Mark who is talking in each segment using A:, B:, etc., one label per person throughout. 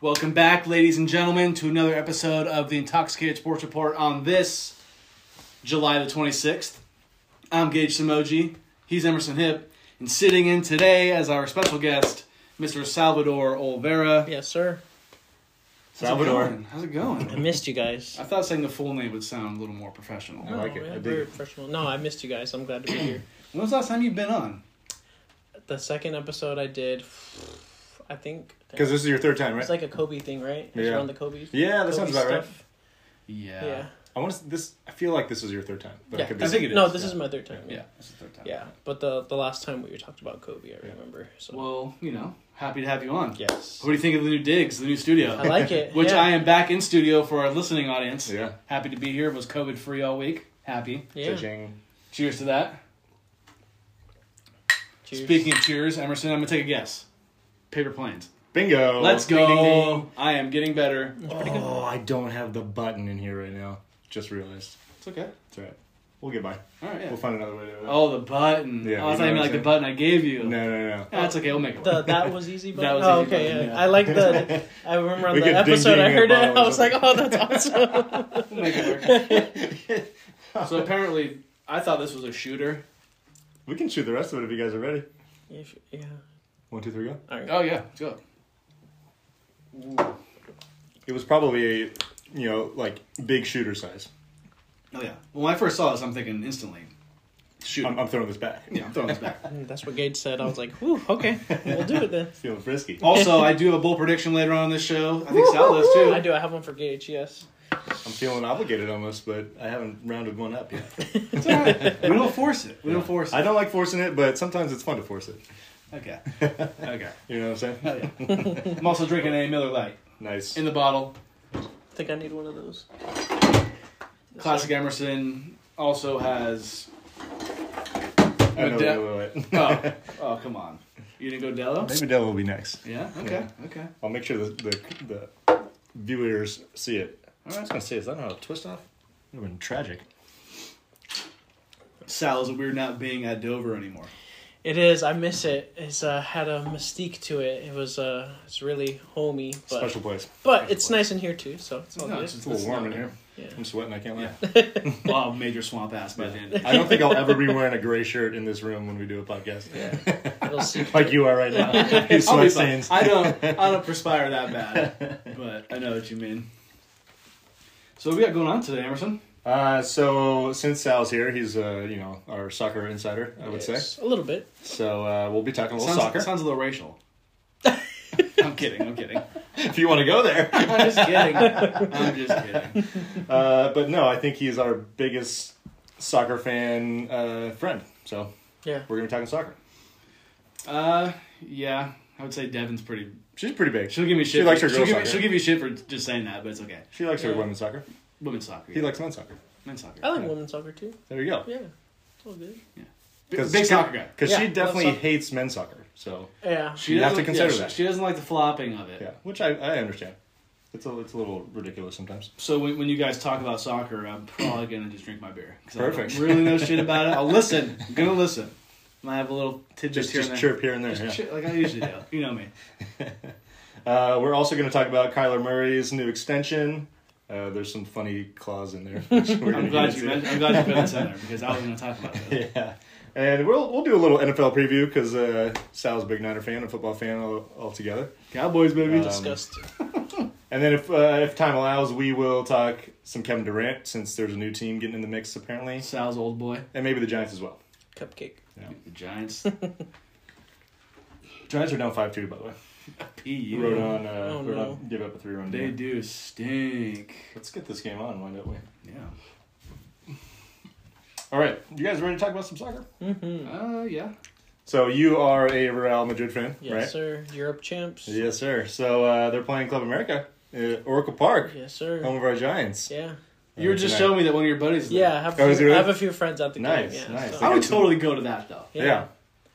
A: Welcome back, ladies and gentlemen, to another episode of the Intoxicated Sports Report on this July the 26th. I'm Gage Samoji. He's Emerson Hip. And sitting in today as our special guest, Mr. Salvador Olvera.
B: Yes, sir.
A: How's it going? How's it
B: I
A: going?
B: missed you guys.
A: I thought saying the full name would sound a little more professional.
B: No,
C: like it.
B: yeah,
C: I dig
B: very
C: it.
B: professional. No, I missed you guys. I'm glad to be here.
A: When was the last time you've been on?
B: The second episode I did, I think.
C: Because this is your third time, right?
B: it's like a Kobe thing, right? It's
C: Yeah.
B: around the Kobe.
C: yeah, that
B: Kobe
C: sounds about right.
B: stuff.
A: Yeah.
B: Yeah. Yeah.
C: I want to this. I feel like this is your third time, but I could be.
A: I think it
B: no,
A: is,
B: this
A: yeah.
B: is my third time. Yeah.
A: Yeah, that's the third time.
B: yeah. But the the last time we talked about Kobe, I remember. So.
A: Well, you know, happy to have you on.
B: yes.
A: What do you think of the new digs, the new studio?
B: I like it.
A: Which
B: yeah.
A: I am back in studio for our listening audience.
C: Yeah.
A: Happy to be here. Was COVID free all week. Happy.
B: Yeah.
C: Cha-ching.
A: Cheers to that.
B: Cheers.
A: Speaking of cheers, Emerson, I'm gonna take a guess. Paper planes.
C: Bingo.
A: Let's go.
C: Oh. Ding, ding, ding.
A: I am getting better.
C: Oh, I don't have the button in here right now. Just realized.
A: It's okay.
C: It's all right. We'll get by.
A: All right. Yeah.
C: We'll find another way to do it.
A: Oh, the button. oh,
C: Yeah,
A: I thought
C: you know
A: you
C: what
A: meant
C: I'm
A: like the
C: saying.
A: button I gave you.
C: No, no, no.
A: Yeah, that's okay. We'll make it work.
B: The, that was easy, but
A: That was
B: oh,
A: easy
B: okay,
A: button,
B: yeah.
A: yeah.
B: I like the. I remember on
C: We
B: the
C: could ding
B: episode
C: ding
B: I
C: in
B: heard it.
C: a bottle
B: I
C: or
B: was like, oh, that's awesome.
A: We'll make it work. so apparently, I thought this was a shooter.
C: We can shoot the rest of it if you guys are ready.
B: If- yeah.
C: One, two, three, go.
B: All right.
A: Oh yeah, let's go.
C: It was probably a, you know, like big shooter size.
A: Oh yeah. When I first saw this, I'm thinking instantly, shoot.
C: I'm, I'm throwing this back.
A: yeah, I'm throwing this back.
B: Mm, That's what Gage said. I was like, whew, okay, we'll do it then.
C: Feeling frisky.
A: Also, I do have a bold prediction later on in this show. I think Sal does too.
B: I do. I have one for Gage, yes.
C: I'm feeling obligated almost, but I haven't rounded one up yet.
A: It's all right. We don't force it. We don't force it.
C: I don't like forcing it, but sometimes it's fun to force it.
A: Okay. Okay.
C: You know what I'm saying?
A: Hell yeah. I'm also drinking a Miller Lite
C: Nice.
A: in the bottle.
B: I think I need one of those.
A: Classic Emerson also has.
C: I know
A: Mede-
C: Miller Lite.
A: oh, oh, come on. You didn't go Dello?
C: Maybe Dell will be next.
A: Yeah? Okay. Okay.
C: I'll make sure that the, the viewers see it. I was
A: Alright.
C: gonna say, is that not a twist off? It would have been tragic.
A: Sal is weird not being at Dover anymore.
B: It is. I miss it. It's uh, had a mystique to it. It was. Uh, it's really homey, but
C: Special place.
B: but it's nice in here too. So it's all
A: No,
B: good.
A: it's
C: It's a little warm in here.
B: Yeah.
C: I'm sweating. I can't lie.
A: Bob major swamp ass by the end.
C: I don't think I'll ever be wearing a gray shirt in this room when we do a podcast.
B: It'll see.
C: like you are right now. You
A: I'll be
C: sweat
A: fine.
C: stains.
A: I don't. I don't perspire that bad, but I know what you mean. So what we got going on today, Emerson.
C: Uh, so since Sal's here, he's uh, you know our soccer insider. I would say.
B: Yes, a little bit.
C: So uh, we'll be talking a little
A: Sounds,
C: soccer.
A: sounds a little racial. I'm kidding. I'm kidding.
C: if you want to go there.
A: I'm just kidding. I'm just kidding.
C: Uh, but no, I think he's our biggest soccer fan uh, friend. So
B: Yeah.
C: we're gonna be talking soccer.
A: Uh, yeah, I would say Devin's pretty.
C: She's pretty big.
A: She'll give me shit.
C: She likes
A: for-
C: her
A: she'll
C: girl
A: give, me,
C: soccer.
A: she'll give you shit for just saying that, but it's okay.
C: She likes
B: Yeah.
C: her women's soccer.
A: Women's soccer.
C: He likes men's soccer.
A: men's soccer.
B: I like women's soccer too.
C: There you go.
B: Yeah. It's all good.
A: Big-
C: 'Cause
A: big
C: she-
A: soccer guy.
C: Because
B: Yeah,
C: she
B: men's
C: definitely
B: soccer.
C: hates men's soccer. So
B: Yeah.
A: She
C: you have
A: doesn't-
C: to consider
A: yeah,
C: that.
A: She, she doesn't like the flopping of it.
C: yeah, which I, I understand. It's a it's a little ridiculous sometimes.
A: So when, when you guys talk about soccer, I'm probably gonna just drink my beer. 'cause I
C: Perfect.
A: don't really know shit about it. I'll listen. I'm gonna listen. Might have a little tidbit
C: Just
A: here
C: just
A: and there.
C: chirp here and there.
A: Just
C: yeah.
A: chirp, like I usually do. You know me.
C: Uh, we're also going to talk about Kyler Murray's new extension. Uh, there's some funny clause in there. which we're
A: I'm
C: gonna
A: glad
C: get
A: you
C: into.
A: mentioned, I'm glad you put that in there because I was gonna talk about that.
C: Yeah, and we'll we'll do a little NFL preview because uh, Sal's a big Niner fan, a football fan all, altogether.
A: Cowboys, baby.
C: Um,
B: Disgust.
C: And then if uh, if time allows, we will talk some Kevin Durant since there's a new team getting in the mix apparently,
A: Sal's old boy.
C: and maybe the Giants as well.
B: Cupcake.
A: The Giants.
C: Giants are down five two by the way.
A: PU.
C: Rhode on uh,
B: Oh,
C: Rhode
B: no.
C: on give up a three run.
A: They do stink.
C: Let's get this game on. Why don't we?
A: Yeah.
C: All right, you guys ready to talk about some soccer?
B: Mm-hmm.
A: Uh, yeah.
C: So you are a Real Madrid fan,
B: Yes,
C: right?
B: sir. Europe champs.
C: Yes, sir. So uh, they're playing Club America, at Oracle Park,
B: Yes, sir.
C: home of our Giants.
B: Yeah.
A: You were just showing me that one of your buddies. is
B: Yeah, I
A: there.
B: have,
C: Oh, is
B: a
C: it
B: few, I
C: really?
B: have a few friends at the
C: Nice,
B: game. Yeah,
C: nice.
B: so-
A: I would totally go to that though.
C: Yeah.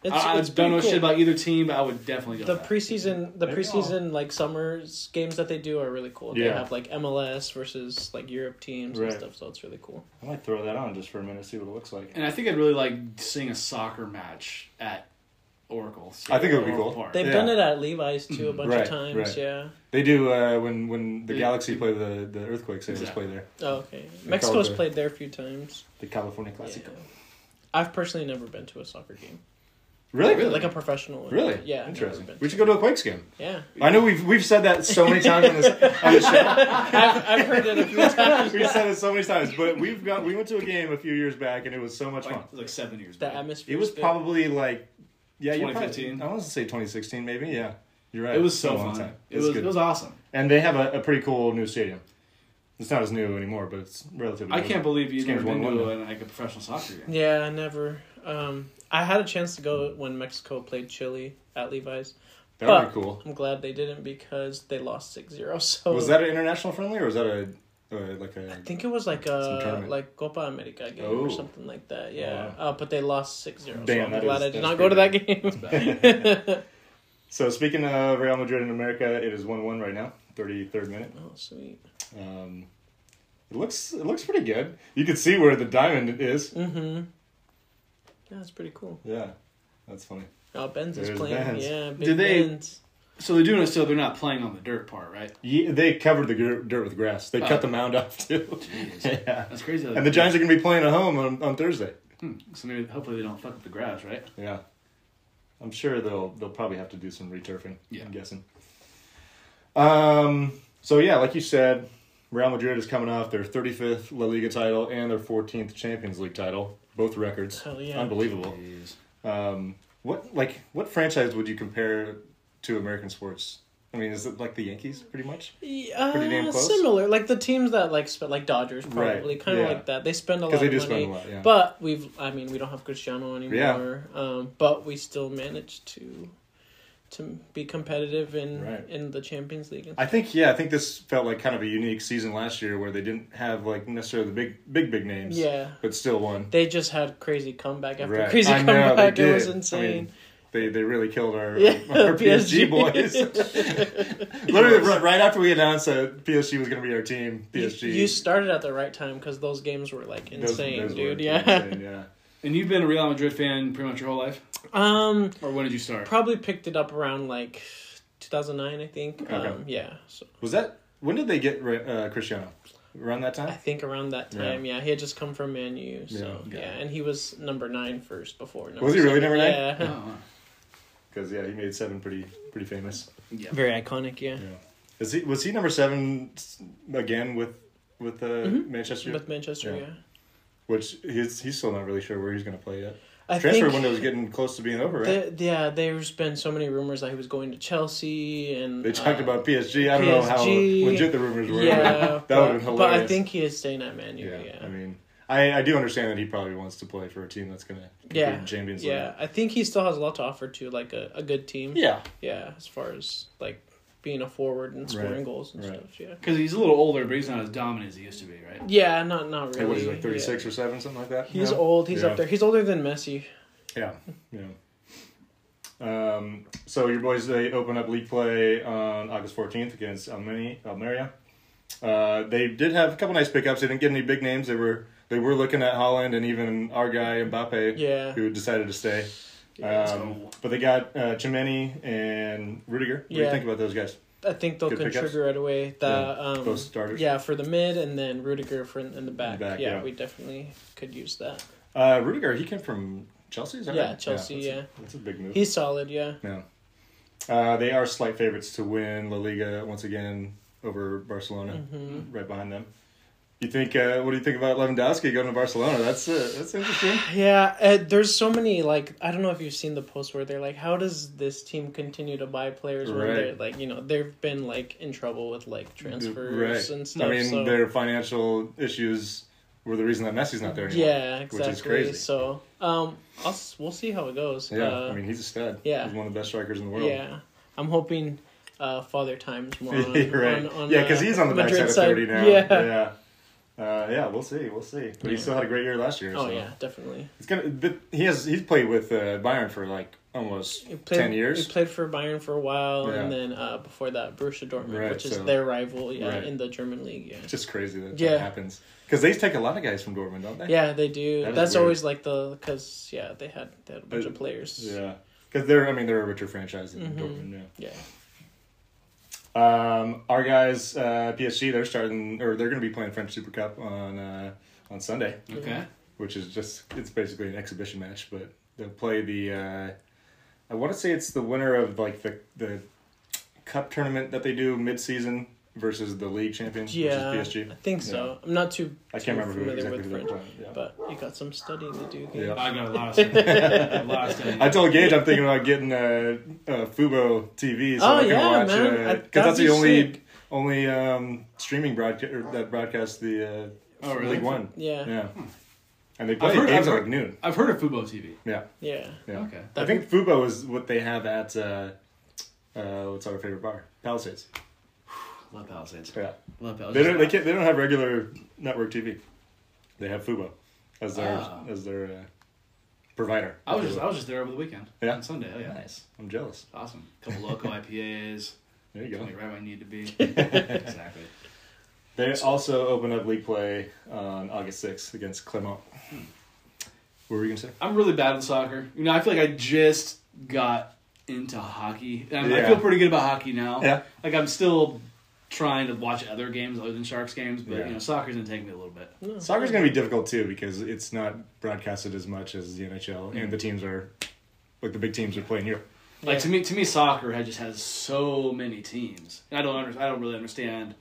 B: It's,
A: I, I
B: it's
A: don't know
B: pretty
A: shit
B: cool.
A: about either team, but I would definitely go.
B: the
A: to that.
B: preseason. The
C: Maybe
B: preseason like summer games that they do are really cool. They
C: Yeah.
B: have like MLS versus like Europe teams
C: Right.
B: and stuff, so it's really cool.
C: I might throw that on just for a minute, see what it looks like.
A: And I think I'd really like seeing a soccer match at Oracle.
C: I think it would be
A: Oracle
C: cool.
A: Park.
B: They've
C: Yeah.
B: done it at Levi's too a bunch
C: Right,
B: of times.
C: right.
B: Yeah.
C: They do uh, when when the
A: Yeah.
C: Galaxy play the the Earthquake Sailors
A: Exactly.
C: play there.
B: Oh, okay.
C: call
B: Mexico's
C: it the-
B: played there a few times.
C: The California Classico.
B: Yeah. I've personally never been to a soccer game.
C: Really,
B: Like a professional one.
C: really,
B: Yeah. I've never
C: Interesting.
B: been
C: We should go to a Quakes game.
B: Yeah.
C: I know we've we've said that so many times on this on this show.
B: I've, I've heard it a few times.
C: We've said it so many times, but we've got we went to a game a few years back and it was so much fun.
A: Like, like seven years
B: The
A: back.
B: atmosphere.
C: It was probably like yeah, you
A: 2015.
C: probably, I want to say 2016 maybe. Yeah, you're right.
A: It was so
C: Been a long
A: fun.
C: time.
A: It was,
C: good.
A: it was awesome.
C: and they have a, a pretty cool new stadium. It's not as new anymore, but it's relatively.
A: I
C: new.
A: can't believe you've
C: This
A: never
C: game's
A: been to
C: 1-1
A: a, like a professional soccer game.
B: Yeah, I never. Um, I had a chance to go when Mexico played Chile at Levi's.
C: That would
B: but-
C: be cool.
B: I'm glad they didn't because they lost 6-0.
A: Oh.
B: So
C: Was that an international friendly or was that a uh, like
B: I
C: a?
B: think it was like
C: Some
B: a
C: tournament.
B: like Copa America game
C: Oh.
B: or something like that. Yeah. Uh, but they lost 6-0. so
C: Damn, that
B: I'm glad
C: is-
B: I did
C: that's
B: not go to that
C: pretty
B: game.
C: So speaking of Real Madrid in America, it is one one right now, thirty third minute.
B: oh, sweet.
C: Um, it looks it looks pretty good. You can see where the diamond is.
B: Mhm. Yeah, that's pretty cool.
C: Yeah, that's funny.
B: Oh, Benz
C: There's
B: is playing.
C: Benz.
B: Yeah, big
A: Did they-
B: Benz.
A: So they're doing it so they're not playing on the dirt part, right?
C: Yeah, they covered the gr- dirt with grass. They
A: Oh.
C: cut the mound off too.
A: Jeez.
C: yeah.
A: That's crazy.
C: And the Giants are going to be playing at home on, on Thursday.
A: Hmm. So maybe hopefully they don't fuck up the grass, right?
C: Yeah, I'm sure they'll they'll probably have to do some returfing.
A: Yeah.
C: I'm guessing. Um. So yeah, like you said, Real Madrid is coming off their 35th La Liga title and their 14th Champions League title, both records.
B: Hell yeah.
C: Unbelievable.
A: Jeez.
C: Um, what like what franchise would you compare to American sports? I mean, is it like the Yankees, pretty much?
B: Yeah, uh,
C: Pretty damn close.
B: similar. Like the teams that like spend, like Dodgers
C: Right,
B: probably kind of
C: yeah.
B: like that. They spend a lot
C: Because they
B: of
C: do
B: money.
C: spend a lot. Yeah.
B: But we've, I mean, we don't have Cristiano anymore. Um, but we still manage to to be competitive in
C: Right.
B: in the Champions League. And
C: I think yeah, I think this felt like kind of a unique season last year where they didn't have like necessarily the big big big names.
B: yeah,
C: But still won.
B: they just had crazy comeback after
C: Right.
B: crazy
C: I know, they
B: comeback. it was
C: did. I
B: insane.
C: mean, They they really killed our,
B: Yeah,
C: our PSG
B: PSG.
C: boys. Literally right, right after we announced that PSG was going to be our team,
B: You-
C: PSG.
B: You, started at the right time because those games were like
C: those-
B: insane,
C: those were
B: dude. Yeah.
C: insane, yeah.
A: And you've been a Real Madrid fan pretty much your whole life,
B: um,
A: or when did you start?
B: probably picked it up around like 2009, I think. Um,
C: Okay.
B: yeah. So
C: Was that when did they get uh, Cristiano? Around that
B: I
C: time?
B: think around that
C: Yeah.
B: time, yeah. he had just come from Man U, so
A: Yeah.
B: yeah, and he was number nine first before. Number
C: Was he really
B: seven.
C: number nine?
A: Oh,
B: Yeah,
A: wow.
C: Because yeah, he made seven pretty pretty famous.
A: yeah.
B: very iconic. Yeah,
C: Is he was he number seven s- again with with uh,
B: Mm-hmm.
C: Manchester?
B: with Manchester.
C: Yeah.
B: Yeah,
C: Which he's he's still not really sure where he's going to play yet.
B: I
C: Transfer
B: think
C: window's getting close to being over, right? They,
B: the- yeah, there's been so many rumors that he was going to Chelsea and
C: talked
B: uh,
C: about PSG. I don't know how
B: PSG.
C: legit the rumors were.
B: Yeah,
C: but that would
B: but,
C: have been
B: but
C: hilarious.
B: I think he is staying at Man U.
C: yeah,
B: Yeah,
C: I mean, I, I do understand that he probably wants to play for a team that's going to compete
B: Yeah,
C: in Champions League.
B: yeah, I think he still has a lot to offer to like a, a good team.
C: Yeah.
B: yeah, as far as like being a forward and scoring
C: Right,
B: goals and
C: right.
B: stuff. Yeah,
A: Because he's a little older, but he's not as dominant as he used to be, right?
B: yeah, not not really.
C: Hey, what is he, like
B: yeah.
C: 36 or 7, something like that?
B: He's
C: now?
B: old. He's
C: Yeah.
B: up there. He's older than Messi.
C: Yeah, yeah. Um, so your boys they open up league play on August fourteenth against Almeni, Almeria. Uh, they did have a couple nice pickups. They didn't get any big names. They were they were looking at Holland and even our guy Mbappe,
B: Yeah.
C: who decided to stay.
B: Yeah,
A: let's
C: Um,
A: go.
C: but they got uh, Chimeni and Rudiger. What do you
B: Yeah.
C: think about those guys?
B: I think they'll
C: Good pickups.
B: contribute right away. The
C: Yeah,
B: um,
C: both starters.
B: Yeah, for the mid and then Rudiger for in, in the back.
C: back,
B: yeah,
C: yeah.
B: we definitely could use that.
C: Uh, Rudiger, he came from Chelsea. Is that
B: Yeah,
C: right?
B: Chelsea,
C: that's
B: yeah.
C: a, that's a big move.
B: He's solid. Yeah.
C: Yeah. Uh, they are slight favorites to win La Liga once again over Barcelona,
B: Mm-hmm.
C: right behind them. You think? Uh, what do you think about Lewandowski going to Barcelona? That's uh, that's interesting.
B: Yeah, uh, there's so many like I don't know if you've seen the post where they're like, how does this team continue to buy players when
C: Right.
B: they're like, you know, they've been like in trouble with like transfers and stuff.
C: I mean,
B: so
C: their financial issues were the reason that Messi's not there anymore.
B: yeah, exactly.
C: which is crazy.
B: So um, I'll, s- we'll see how it goes.
C: Yeah,
B: Uh,
C: I mean he's a stud.
B: yeah.
C: he's one of the best strikers in the world.
B: yeah, I'm hoping uh, Father Time's more on,
C: right.
B: on, on
C: yeah, because
B: uh,
C: he's on the
B: Madrid
C: backside of
B: side.
C: thirty now.
B: Yeah.
C: yeah. Uh, yeah, we'll see, we'll see. But he
B: Yeah.
C: still had a great year last year.
B: Oh
C: so.
B: yeah, definitely.
C: It's gonna. But he has. He's played with uh, Byron for like almost
B: He played,
C: ten years.
B: He played for Bayern for a while,
C: Yeah.
B: and then uh, before that, Borussia Dortmund,
C: Right,
B: which is
C: so-
B: their rival yeah,
C: Right.
B: in the German league. Yeah,
C: It's just crazy that
B: Yeah.
C: that happens because they take a lot of guys from Dortmund, don't they?
B: yeah, they do.
C: That is
B: That's
C: weird. Uh,
B: always like the because yeah, they had they had a bunch of players.
C: Yeah. because they're I mean they're a richer franchise than
B: Mhm.
C: Dortmund. Yeah.
B: Yeah.
C: Um, our guys, uh, PSG, they're starting or they're going to be playing French Super Cup on uh, on Sunday,
A: Okay.
C: which is just it's basically an exhibition match, but they'll play the. Uh, I want to say it's the winner of like the the cup tournament that they do mid season versus the league champion,
B: Yeah.
C: which is PSG.
B: I think so. I'm not too,
C: I
B: too
C: can't remember who
B: familiar
C: exactly
B: with
C: who they're
B: French,
C: playing. Yeah.
B: but you got some studying to do.
C: Yeah.
B: Gabe.
A: I got a lot of stuff. a lot of stuff.
C: I told Gage I'm thinking about getting a, uh Fubo TV so
B: Oh,
C: I can
B: yeah,
C: watch
B: man. I-
C: because
B: that'd
C: that's the
B: be
C: only
B: sick.
C: only um, streaming broadcast or that broadcasts the uh,
A: Oh, really?
C: League One.
B: Yeah. Yeah.
C: Yeah, and they play
A: heard-
C: games
A: Hmm. I've
C: at
A: heard-
C: like noon.
A: I've heard of Fubo TV.
C: Yeah,
B: yeah.
C: yeah.
A: Okay.
C: I think Fubo is what they have at uh, uh, what's our favorite bar? Palisades.
A: Love Palisades.
C: Yeah,
A: Love
C: they
A: Palisades.
C: don't they can't they don't have regular network TV. They have Fubo as their
A: Ah.
C: as their uh, provider.
A: I was just I was just there over the weekend.
C: Yeah.
A: On Sunday. Oh yeah.
C: nice. I'm jealous.
A: Awesome. Couple local IPAs.
C: There you
A: Got
C: go.
A: me right where I need to be. exactly.
C: They also open up league play on August 6th against Clermont.
B: Hmm.
C: What were you going to say?
A: I'm really bad at soccer. You know, I feel like I just got into hockey. And I
C: Yeah.
A: feel pretty good about hockey now.
C: Yeah.
A: Like I'm still trying to watch other games other than Sharks games, but
C: Yeah.
A: you know, soccer's gonna take me a little bit.
B: No.
C: Soccer's going to be difficult too because it's not broadcasted as much as the NHL
B: Hmm.
C: and the teams are, like the big teams are playing here.
A: Like
B: Yeah.
A: to me, to me, soccer had just has so many teams. And I don't under, I don't really understand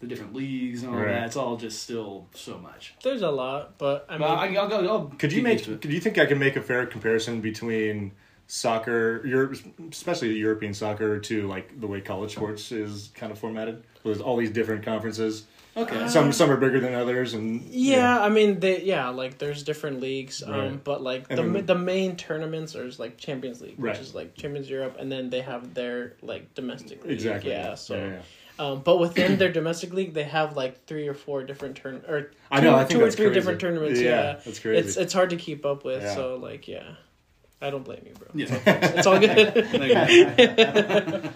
A: the different leagues and all
C: Right.
A: that. It's all just still so much.
B: There's a lot, but I mean,
A: But I, I'll go. I'll
C: Could you
A: get
C: make,
A: used to it.
C: could you think I can make a fair comparison between soccer, Europe, especially European soccer, to like the way college sports is kind of formatted? There's all these different conferences.
B: Uh,
A: Okay.
C: Some some are bigger than others, and
B: yeah, I mean, they yeah, like there's different leagues, um,
C: Right.
B: but like
C: And
B: the
C: then-
B: ma- the main tournaments are like Champions League,
C: Right.
B: which is like Champions Europe, and then they have their like domestic league.
C: exactly.
B: Yeah, so
C: yeah, yeah.
B: Um, but within their domestic league, they have like three or four different turn or two,
C: I know, I think
B: two or
C: that's
B: three
C: crazy.
B: different tournaments.
C: Yeah,
B: Yeah,
C: that's crazy.
B: It's it's hard to keep up with.
C: Yeah.
B: So like, yeah, I don't blame you, bro.
A: Yeah.
B: It's all good.
A: Like,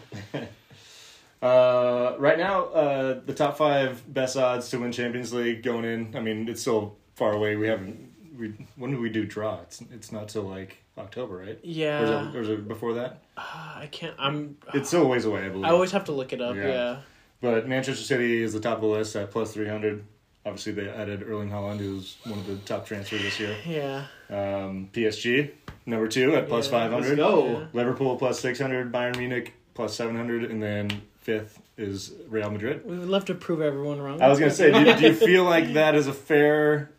C: Uh, right now, uh, the top five best odds to win Champions League going in. I mean, it's still far away. We haven't. We when do we do draw? It's it's not till like October, right? Or is
B: yeah,
C: it, or is it before that?
B: Ah, I can't. I'm.
C: It's still a ways away, I believe.
B: I always have to look it up.
C: Yeah.
B: Yeah.
C: but Manchester City is the top of the list at plus three hundred. Obviously, they added Erling Haaland, who's one of the top transfers this year.
B: Yeah.
C: Um, PSG number two at plus
B: Yeah,
C: five
A: Let's
C: hundred.
A: go.
C: Liverpool plus six hundred. Bayern Munich plus seven hundred, and then fifth is Real Madrid.
B: We would love to prove everyone wrong.
C: I was gonna say, do, do you feel like that is a fair,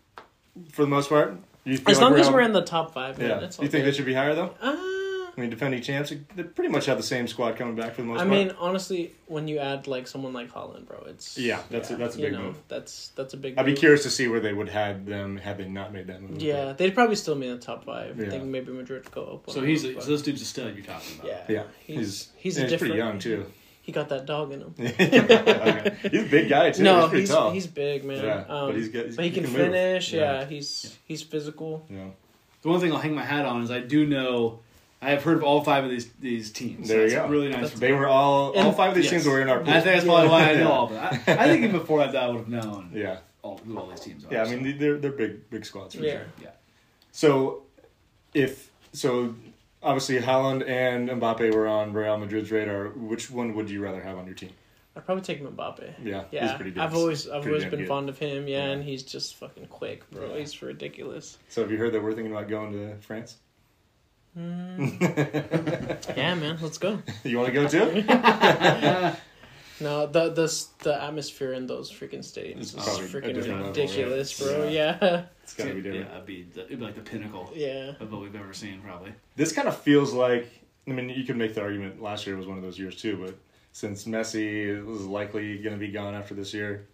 C: for the most part? Do You feel
B: as
C: like
B: long as
C: on-
B: we're in the top five,
C: yeah.
B: yeah.
C: Do you
B: That's all
C: think they
B: good.
C: should be higher though?
B: Uh,
C: I mean, defending champs, they pretty much have the same squad coming back for the most
B: I
C: part.
B: mean, honestly, when you add like someone like Holland, bro, it's
C: Yeah, that's a- that's a
B: you
C: big
B: know,
C: move.
B: That's that's a big.
C: I'd be
B: move.
C: curious to see where they would have them had they not made that move.
B: Yeah, they'd probably still be in the top five.
C: Yeah.
B: I think maybe Madrid would go up. one
A: so he's
B: more,
A: a,
B: but-
A: so this dude's a stud you're talking about.
B: yeah,
C: yeah,
B: He's
C: he's
B: he's,
C: he's,
B: a different,
C: pretty young too.
B: He got that dog in him.
C: he's a big guy too.
B: no,
C: he's pretty
B: he's
C: tall.
B: he's big, man.
C: Yeah,
B: um,
C: but he's got- he's-
B: but he,
C: he
B: can,
C: can move.
B: finish.
C: Yeah.
B: Yeah, he's he's physical.
C: yeah.
A: The one thing I'll hang my hat on is I do know I have heard of all five of these these teams.
C: There you
A: That's
C: go.
A: Really nice. for me.
C: They were all all
B: And-
C: five of these
A: yes.
C: teams were in our
A: I
C: pool.
A: think that's probably why I know
C: Yeah.
A: all of them. I, I think even before that, I would have known
C: yeah,
A: all, who all these teams are.
C: yeah. I
A: so.
C: mean, they- they're they're big big squads for
B: Yeah.
C: sure.
A: yeah.
C: So, if so, obviously Haaland and Mbappe were on Real Madrid's radar. Which one would you rather have on your team?
B: I'd probably take Mbappe.
C: Yeah,
B: Yeah, I've always I've
C: pretty
B: always
C: damn
B: been
C: good.
B: fond of him. Yeah,
C: Yeah.
B: and he's just fucking quick, bro.
C: Yeah.
B: He's ridiculous.
C: So, have you heard that we're thinking about going to France?
B: Mm. yeah, man, let's go.
C: You want to go too?
B: No, the the s- the atmosphere in those freaking
C: It's
B: stadiums is
C: probably a
B: freaking
C: different level,
B: ridiculous,
C: right?
B: bro. Yeah,
C: It's gotta be different.
A: Yeah, it'd be, the, it'd be like the pinnacle
B: yeah.
A: of what we've ever seen, probably.
C: This kind of feels like. I mean, you could make the argument last year was one of those years too, but since Messi is likely going to be gone after this year,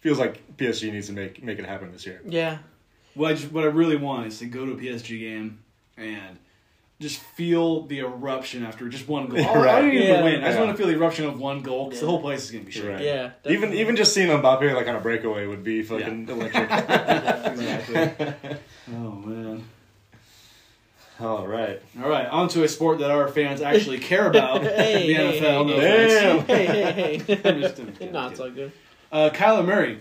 C: feels like PSG needs to make make it happen this year.
B: Yeah,
A: What I, just, what I really want is to go to a PSG game and just feel the eruption after just one goal. Oh, I- I don't even
B: Yeah.
A: win. I just
C: Yeah.
A: want to feel the eruption of one goal because the
B: Yeah.
A: whole place is going to be shaking.
C: Right.
B: yeah.
C: Even even just seeing Mbappe like on a breakaway would be fucking electric.
A: exactly. oh, man.
C: All right.
A: All right, on to a sport that our fans actually care about.
B: Hey,
A: the
B: hey,
A: NFL. no
C: hey,
A: offense.
C: hey.
B: definitely. hey, hey, hey.
A: I'm just- I'm kidding,
B: no,
A: I'm
B: it's
A: kidding.
B: all good.
A: Uh, Kyler Murray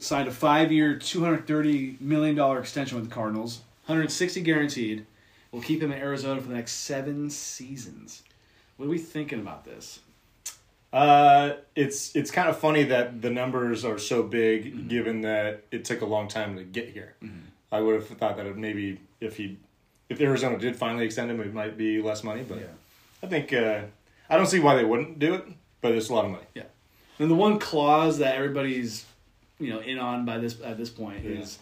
A: signed a five-year, two hundred thirty million dollar extension with the Cardinals, one hundred sixty guaranteed, will keep him in Arizona for the next seven seasons. What are we thinking about this?
C: Uh, it's it's kind of funny that the numbers are so big, given that it took a long time to get here. I would have thought that maybe if he, if Arizona did finally extend him, it might be less money. But I think uh, I don't see why they wouldn't do it. But it's a lot of money.
A: Yeah. And the one clause that everybody's, you know, in on by this at this point
C: Yeah.
A: is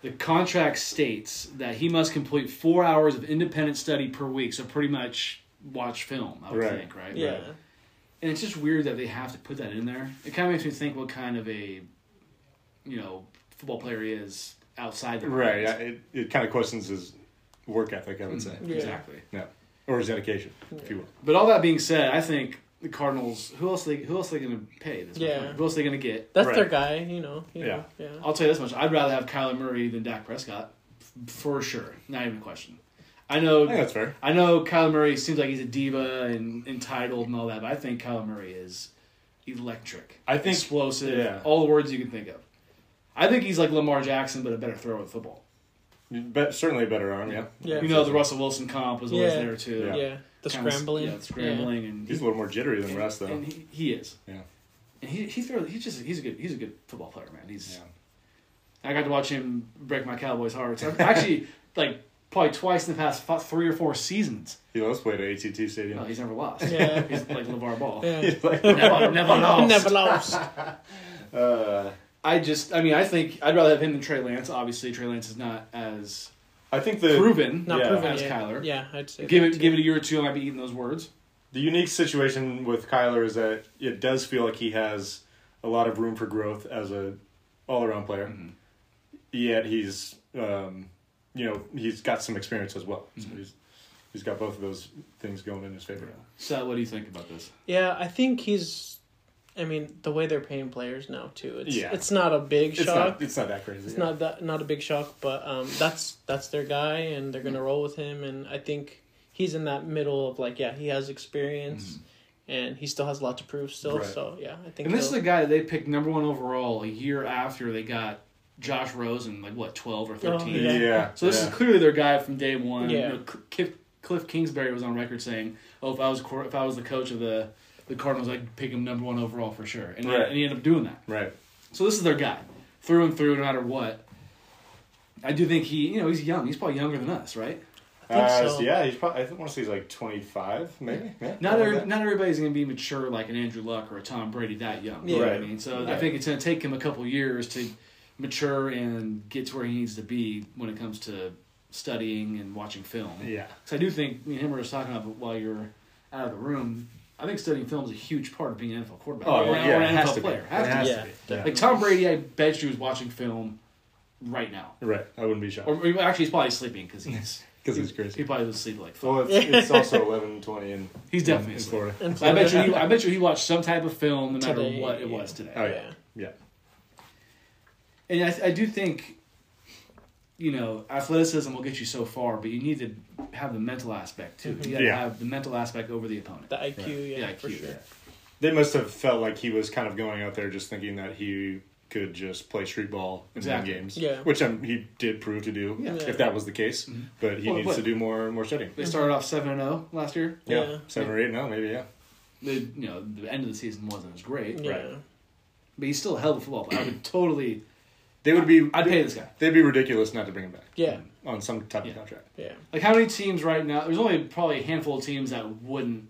A: the contract states that he must complete four hours of independent study per week. So pretty much watch film, I would
C: Right.
A: think, right?
B: Yeah.
C: Right.
A: And it's just weird that they have to put that in there. It kind of makes me think what kind of a, you know, football player he is outside the
C: Right. I,
A: lines.
C: it it kind of questions his work ethic. I would say.
A: Mm-hmm.
B: Yeah.
A: Exactly.
C: Yeah. Or his dedication, if you will.
A: But all that being said, I think the Cardinals. Who else? They, who else are they going to pay? This
B: Yeah.
A: Who else are they going to get?
B: That's
C: Right.
B: their guy, you know. You
C: Yeah.
B: Know, yeah.
A: I'll tell you this much: I'd rather have Kyler Murray than Dak Prescott, f- for sure. Not even a question. I know.
C: I think that's fair.
A: I know Kyler Murray seems like he's a diva and entitled and all that, but I think Kyler Murray is electric,
C: I think.
A: explosive,
C: yeah.
A: all the words you can think of. I think he's like Lamar Jackson, but a better thrower of the football.
C: But certainly a better arm. Yeah.
B: Yeah.
A: You know, the Russell Wilson comp was always
B: Yeah.
A: there too.
C: Yeah.
B: Yeah. The
A: Kinda s-
B: scrambling.
A: yeah, scrambling, and
C: He's a little more jittery than the rest, though.
A: And he, he is.
C: Yeah.
A: And he he throws. He's just he's a good he's a good football player, man. He's
C: yeah.
A: I got to watch him break my Cowboys' hearts. I've Actually, like probably twice in the past fi- three or four seasons.
C: He loves played at ATT Stadium.
A: No, he's never lost.
B: Yeah.
A: He's like LeVar Ball.
B: Yeah.
C: He's like,
A: Never,
C: Oh,
A: never lost.
B: Never lost.
C: uh,
A: I just, I mean, I think I'd rather have him than Trey Lance. Obviously, Trey Lance is not as
C: I think the
A: proven.
B: Not
C: Yeah.
B: proven
A: As
B: yet.
A: Kyler.
B: Yeah, I'd say.
A: Give
B: that
A: it,
B: too.
A: give it a year or two. I might be eating those words.
C: the unique situation with Kyler is that it does feel like he has a lot of room for growth as a all around player.
A: Mm-hmm.
C: Yet he's um, you know he's got some experience as well.
A: Mm-hmm.
C: So he's he's got both of those things going in his favor.
A: So, what do you think about this?
B: Yeah, I think he's. I mean, the way they're paying players now too. It's
C: Yeah.
B: it's not a big
C: It's
B: shock.
C: not it's not that crazy.
B: It's
C: yeah.
B: not that not a big shock, but um, that's that's their guy, and they're gonna roll with him. And I think he's in that middle of like, yeah, he has experience, and he still has a lot to prove still.
C: Mm-hmm. Right.
B: So yeah, I think.
A: And this is
B: he'll-
A: the guy that they picked number one overall a year after they got Josh Rosen, like what twelve or
B: Oh,
A: thirteen.
B: yeah.
A: So this
C: yeah.
A: is clearly their guy from day one.
B: Yeah.
A: You know, Cl- Cliff, Cliff Kingsbury was on record saying, "Oh, if I was cor- if I was the coach of the the Cardinals, I'd pick him number one overall for sure." And,
C: Right.
A: and he ended up doing that.
C: right.
A: So this is their guy, through and through, no matter what. I do think he, you know, he's young. He's probably younger than us, right?
B: I think
C: Uh,
B: so.
C: Yeah, he's probably. I want to say he's like twenty five, maybe.
A: Not
C: Yeah, something like
A: every,
C: that.
A: not everybody's going to be mature like an Andrew Luck or a Tom Brady that young. You know what I
C: Right.
A: mean? So I
C: Right.
A: think it's going to take him a couple years to mature and get to where he needs to be when it comes to studying and watching film.
C: Yeah.
A: Because I do think me and him were just talking about while you were out of the room. I think studying film is a huge part of being an NFL quarterback.
C: Oh,
A: or, an-
C: yeah,
A: or an
C: it has
A: NFL
C: to be.
A: player.
C: It
A: Has to
C: has
A: be.
C: to
B: Yeah,
C: be.
B: definitely.
A: Like Tom Brady, I bet you is watching film right now.
C: Right. I wouldn't be shocked
A: Or, or actually, he's probably sleeping because he's
C: because he's
A: he
C: crazy.
A: probably was asleep like fuck.
C: Well, it's, it's also eleven twenty in
A: He's definitely
C: in
A: asleep.
C: Florida. Oh,
B: And
A: I bet you,
B: Florida-
A: he, I bet you, he watched some type of film, no matter
B: Today,
A: what it
B: yeah.
A: was today.
C: Oh yeah,
B: Yeah.
C: yeah.
A: And I, I do think, you know, athleticism will get you so far, but you need to have the mental aspect too. You got to
C: Yeah.
A: have the mental aspect over the opponent.
B: the IQ, yeah,
A: Yeah,
B: for
A: IQ,
B: sure.
A: yeah.
C: They must have felt like he was kind of going out there just thinking that he could just play street ball and
A: Exactly.
C: win games.
B: Yeah.
C: Which um, he did prove to do,
A: Yeah.
C: if that was the case. But he
A: Mm-hmm. Well,
C: needs
A: but-
C: to do more more studying.
A: They started off seven and zero last year.
C: Yeah.
B: Yeah.
C: Seven or eight now, maybe, yeah.
A: The you know the end of the season wasn't as great,
B: Yeah.
C: Right.
A: but he's still a hell of a football player. I would totally,
C: They would be
A: I'd pay this guy.
C: They'd be ridiculous not to bring him back.
B: Yeah.
C: On some type
A: Yeah.
C: of contract.
B: Yeah.
A: Like how many teams right now? There's only probably a handful of teams that wouldn't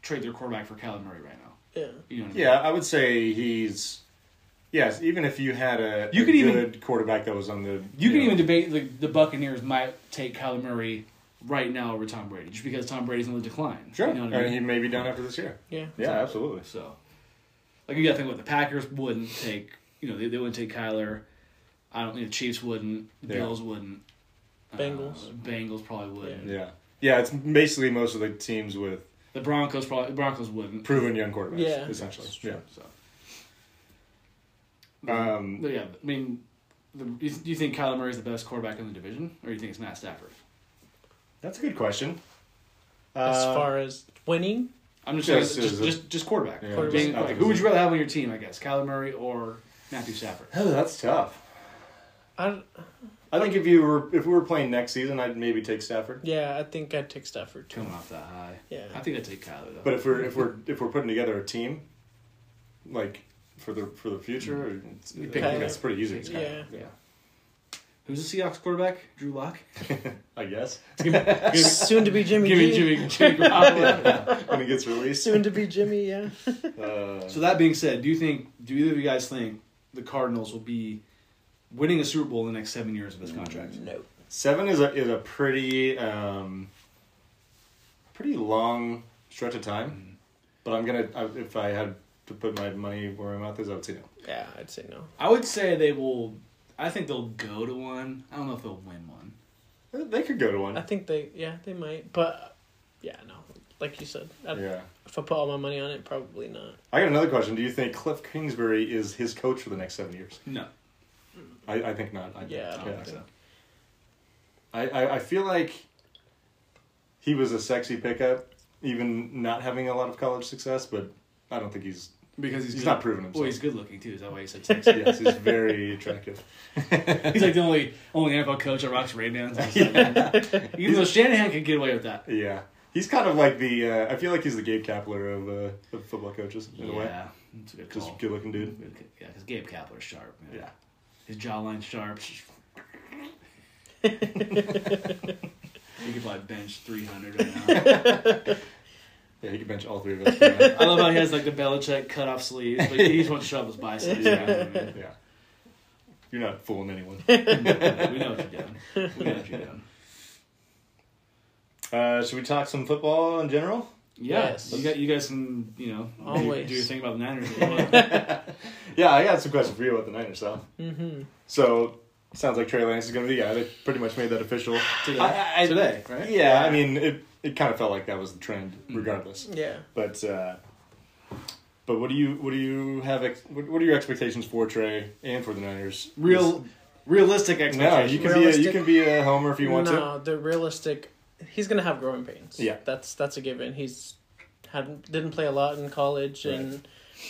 A: trade their quarterback for Kyler Murray right now.
B: Yeah.
A: You know what I mean?
C: Yeah, I would say he's yes, even if you had a,
A: You
C: a
A: could even-
C: good quarterback that was on the
A: You can
C: know,
A: even debate the, the Buccaneers might take Kyler Murray right now over Tom Brady just because Tom Brady's on the decline.
C: Sure.
A: You know what I
C: And he
A: mean?
C: may be done after this year.
B: Yeah.
C: Yeah, absolutely.
A: So, like, you got to think about the Packers wouldn't take, you know, they, they wouldn't take Kyler. I don't think the Chiefs wouldn't. The
C: Yeah.
A: Bills wouldn't.
B: Bengals.
A: Uh, Bengals probably wouldn't.
C: Yeah. Yeah, it's basically most of the teams with
A: The Broncos probably, the Broncos wouldn't.
C: proven young quarterbacks,
B: Yeah.
C: essentially.
A: That's true,
C: Yeah.
A: So,
C: Um,
A: but yeah, I mean, the, do you- do you think Kyler Murray is the best quarterback in the division? Or do you think it's Matt Stafford?
C: That's a good question.
B: As
C: Uh,
B: far as winning,
A: I'm just
C: Just
A: saying, just,
C: as a-
A: just, just quarterback.
C: Yeah,
A: Quarterback.
B: just
A: Being-
C: quarterback.
A: who would you rather have on your team, I guess? Kyler Murray or Matthew Stafford?
C: oh, that's tough.
B: I,
C: I think if you were if we were playing next season, I'd maybe take Stafford.
B: Yeah, I think I'd take Stafford too.
A: Coming off that high.
B: Yeah.
A: I think I'd take Kyler though.
C: But if we're if we're if we're putting together a team, like for the for the future, it's, I think
B: pick Kyler.
C: that's pretty easy.
A: It's
B: Kyler.
A: yeah. Who's the Seahawks quarterback? Drew Lock.
C: I guess.
B: Soon to be Jimmy.
A: Give me
B: G.
A: Jimmy, Jimmy Garoppolo.
C: when it gets released.
B: Soon to be Jimmy. Yeah.
C: Uh,
A: So that being said, do you think? Do either of you guys think the Cardinals will be winning a Super Bowl in the next seven years of this contract?
B: No.
C: seven is a is a pretty um, pretty long stretch of time.
B: Mm-hmm.
C: But I'm gonna I, if I had to put my money where my mouth is, I would say no.
B: Yeah, I'd say no.
A: I would say they will. I think they'll go to one. I don't know if they'll win one.
C: Uh, They could go to
B: I
C: one.
B: think they. Yeah, they might. But yeah, no. Like you said, I,
C: Yeah.
B: if I put all my money on it, probably not.
C: I got another question. Do you think Cliff Kingsbury is his coach for the next seven years?
A: No,
C: I, I think not. I,
B: Yeah, I
A: I
B: don't
A: don't
C: yeah.
A: think so.
C: I, I, I feel like he was a sexy pickup, even not having a lot of college success, but I don't think he's.
A: Because he's
C: He's
A: good.
C: not proven
A: Well,
C: himself.
A: he's good looking too. Is that why you said sexy?
C: yes, he's very attractive.
A: he's like the only only NFL coach that rocks Raydans. Even though Shanahan could get away with that.
C: Yeah. He's kind of like the. Uh, I feel like he's the Gabe Kapler of, uh, of football coaches, in a way.
A: yeah, it's a good call.
C: Just good looking dude.
A: Yeah, because Gabe Kapler's sharp. man.
C: Oh. Yeah.
A: His jawline's sharp. he could probably bench 300 right now.
C: Yeah, he could bench all three of us.
A: I love how he has like the Belichick cut off sleeves, but he just wants to shove his biceps. Yeah.
C: yeah. You're not fooling anyone.
A: we know what you're doing. We know what you're doing.
C: Uh, should we talk some football in general?
A: Yeah,
B: Yes.
A: you, got, you guys can, you know, do-
B: Always.
A: do your thing about the Niners. if you want.
C: Yeah, I got some questions for you about the Niners, though.
B: Mm-hmm.
C: So, sounds like Trey Lance is going to be, yeah, they pretty much made that official.
A: Today.
C: I- I-
A: Today, right?
C: Yeah, I mean, it, it kind of felt like that was the trend, regardless.
B: Yeah.
C: But, uh, but what do you what do you have ex- what what are your expectations for Trey and for the Niners?
A: Real, realistic
C: This- no,
A: expectations.
C: you can be a, you
B: Realistic.
C: can be a homer if you want to.
B: no, the realistic. He's gonna have growing pains.
C: Yeah.
B: that's that's a given. He's hadn't didn't play a lot in college, and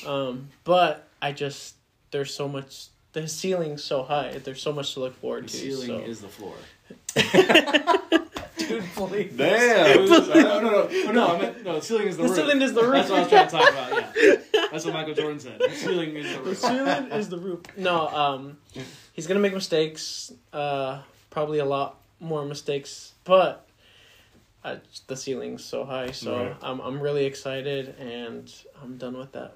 B: um, but I just there's so much. The ceiling's so high. There's so much to look forward
A: the
B: to.
A: ceiling
B: so.
A: is the floor.
B: dude, please.
C: Damn,
A: no, no, no, no, no, I meant, no. The ceiling is the,
B: The
A: roof.
B: ceiling is the roof.
A: That's what I was trying to talk about. Yeah, that's what Michael Jordan said. The ceiling is the
B: The
A: roof.
B: ceiling is the roof. No, um, he's gonna make mistakes. Uh, probably a lot more mistakes, but uh, the ceiling's so high. So
C: Right.
B: I'm I'm really excited, and I'm done with that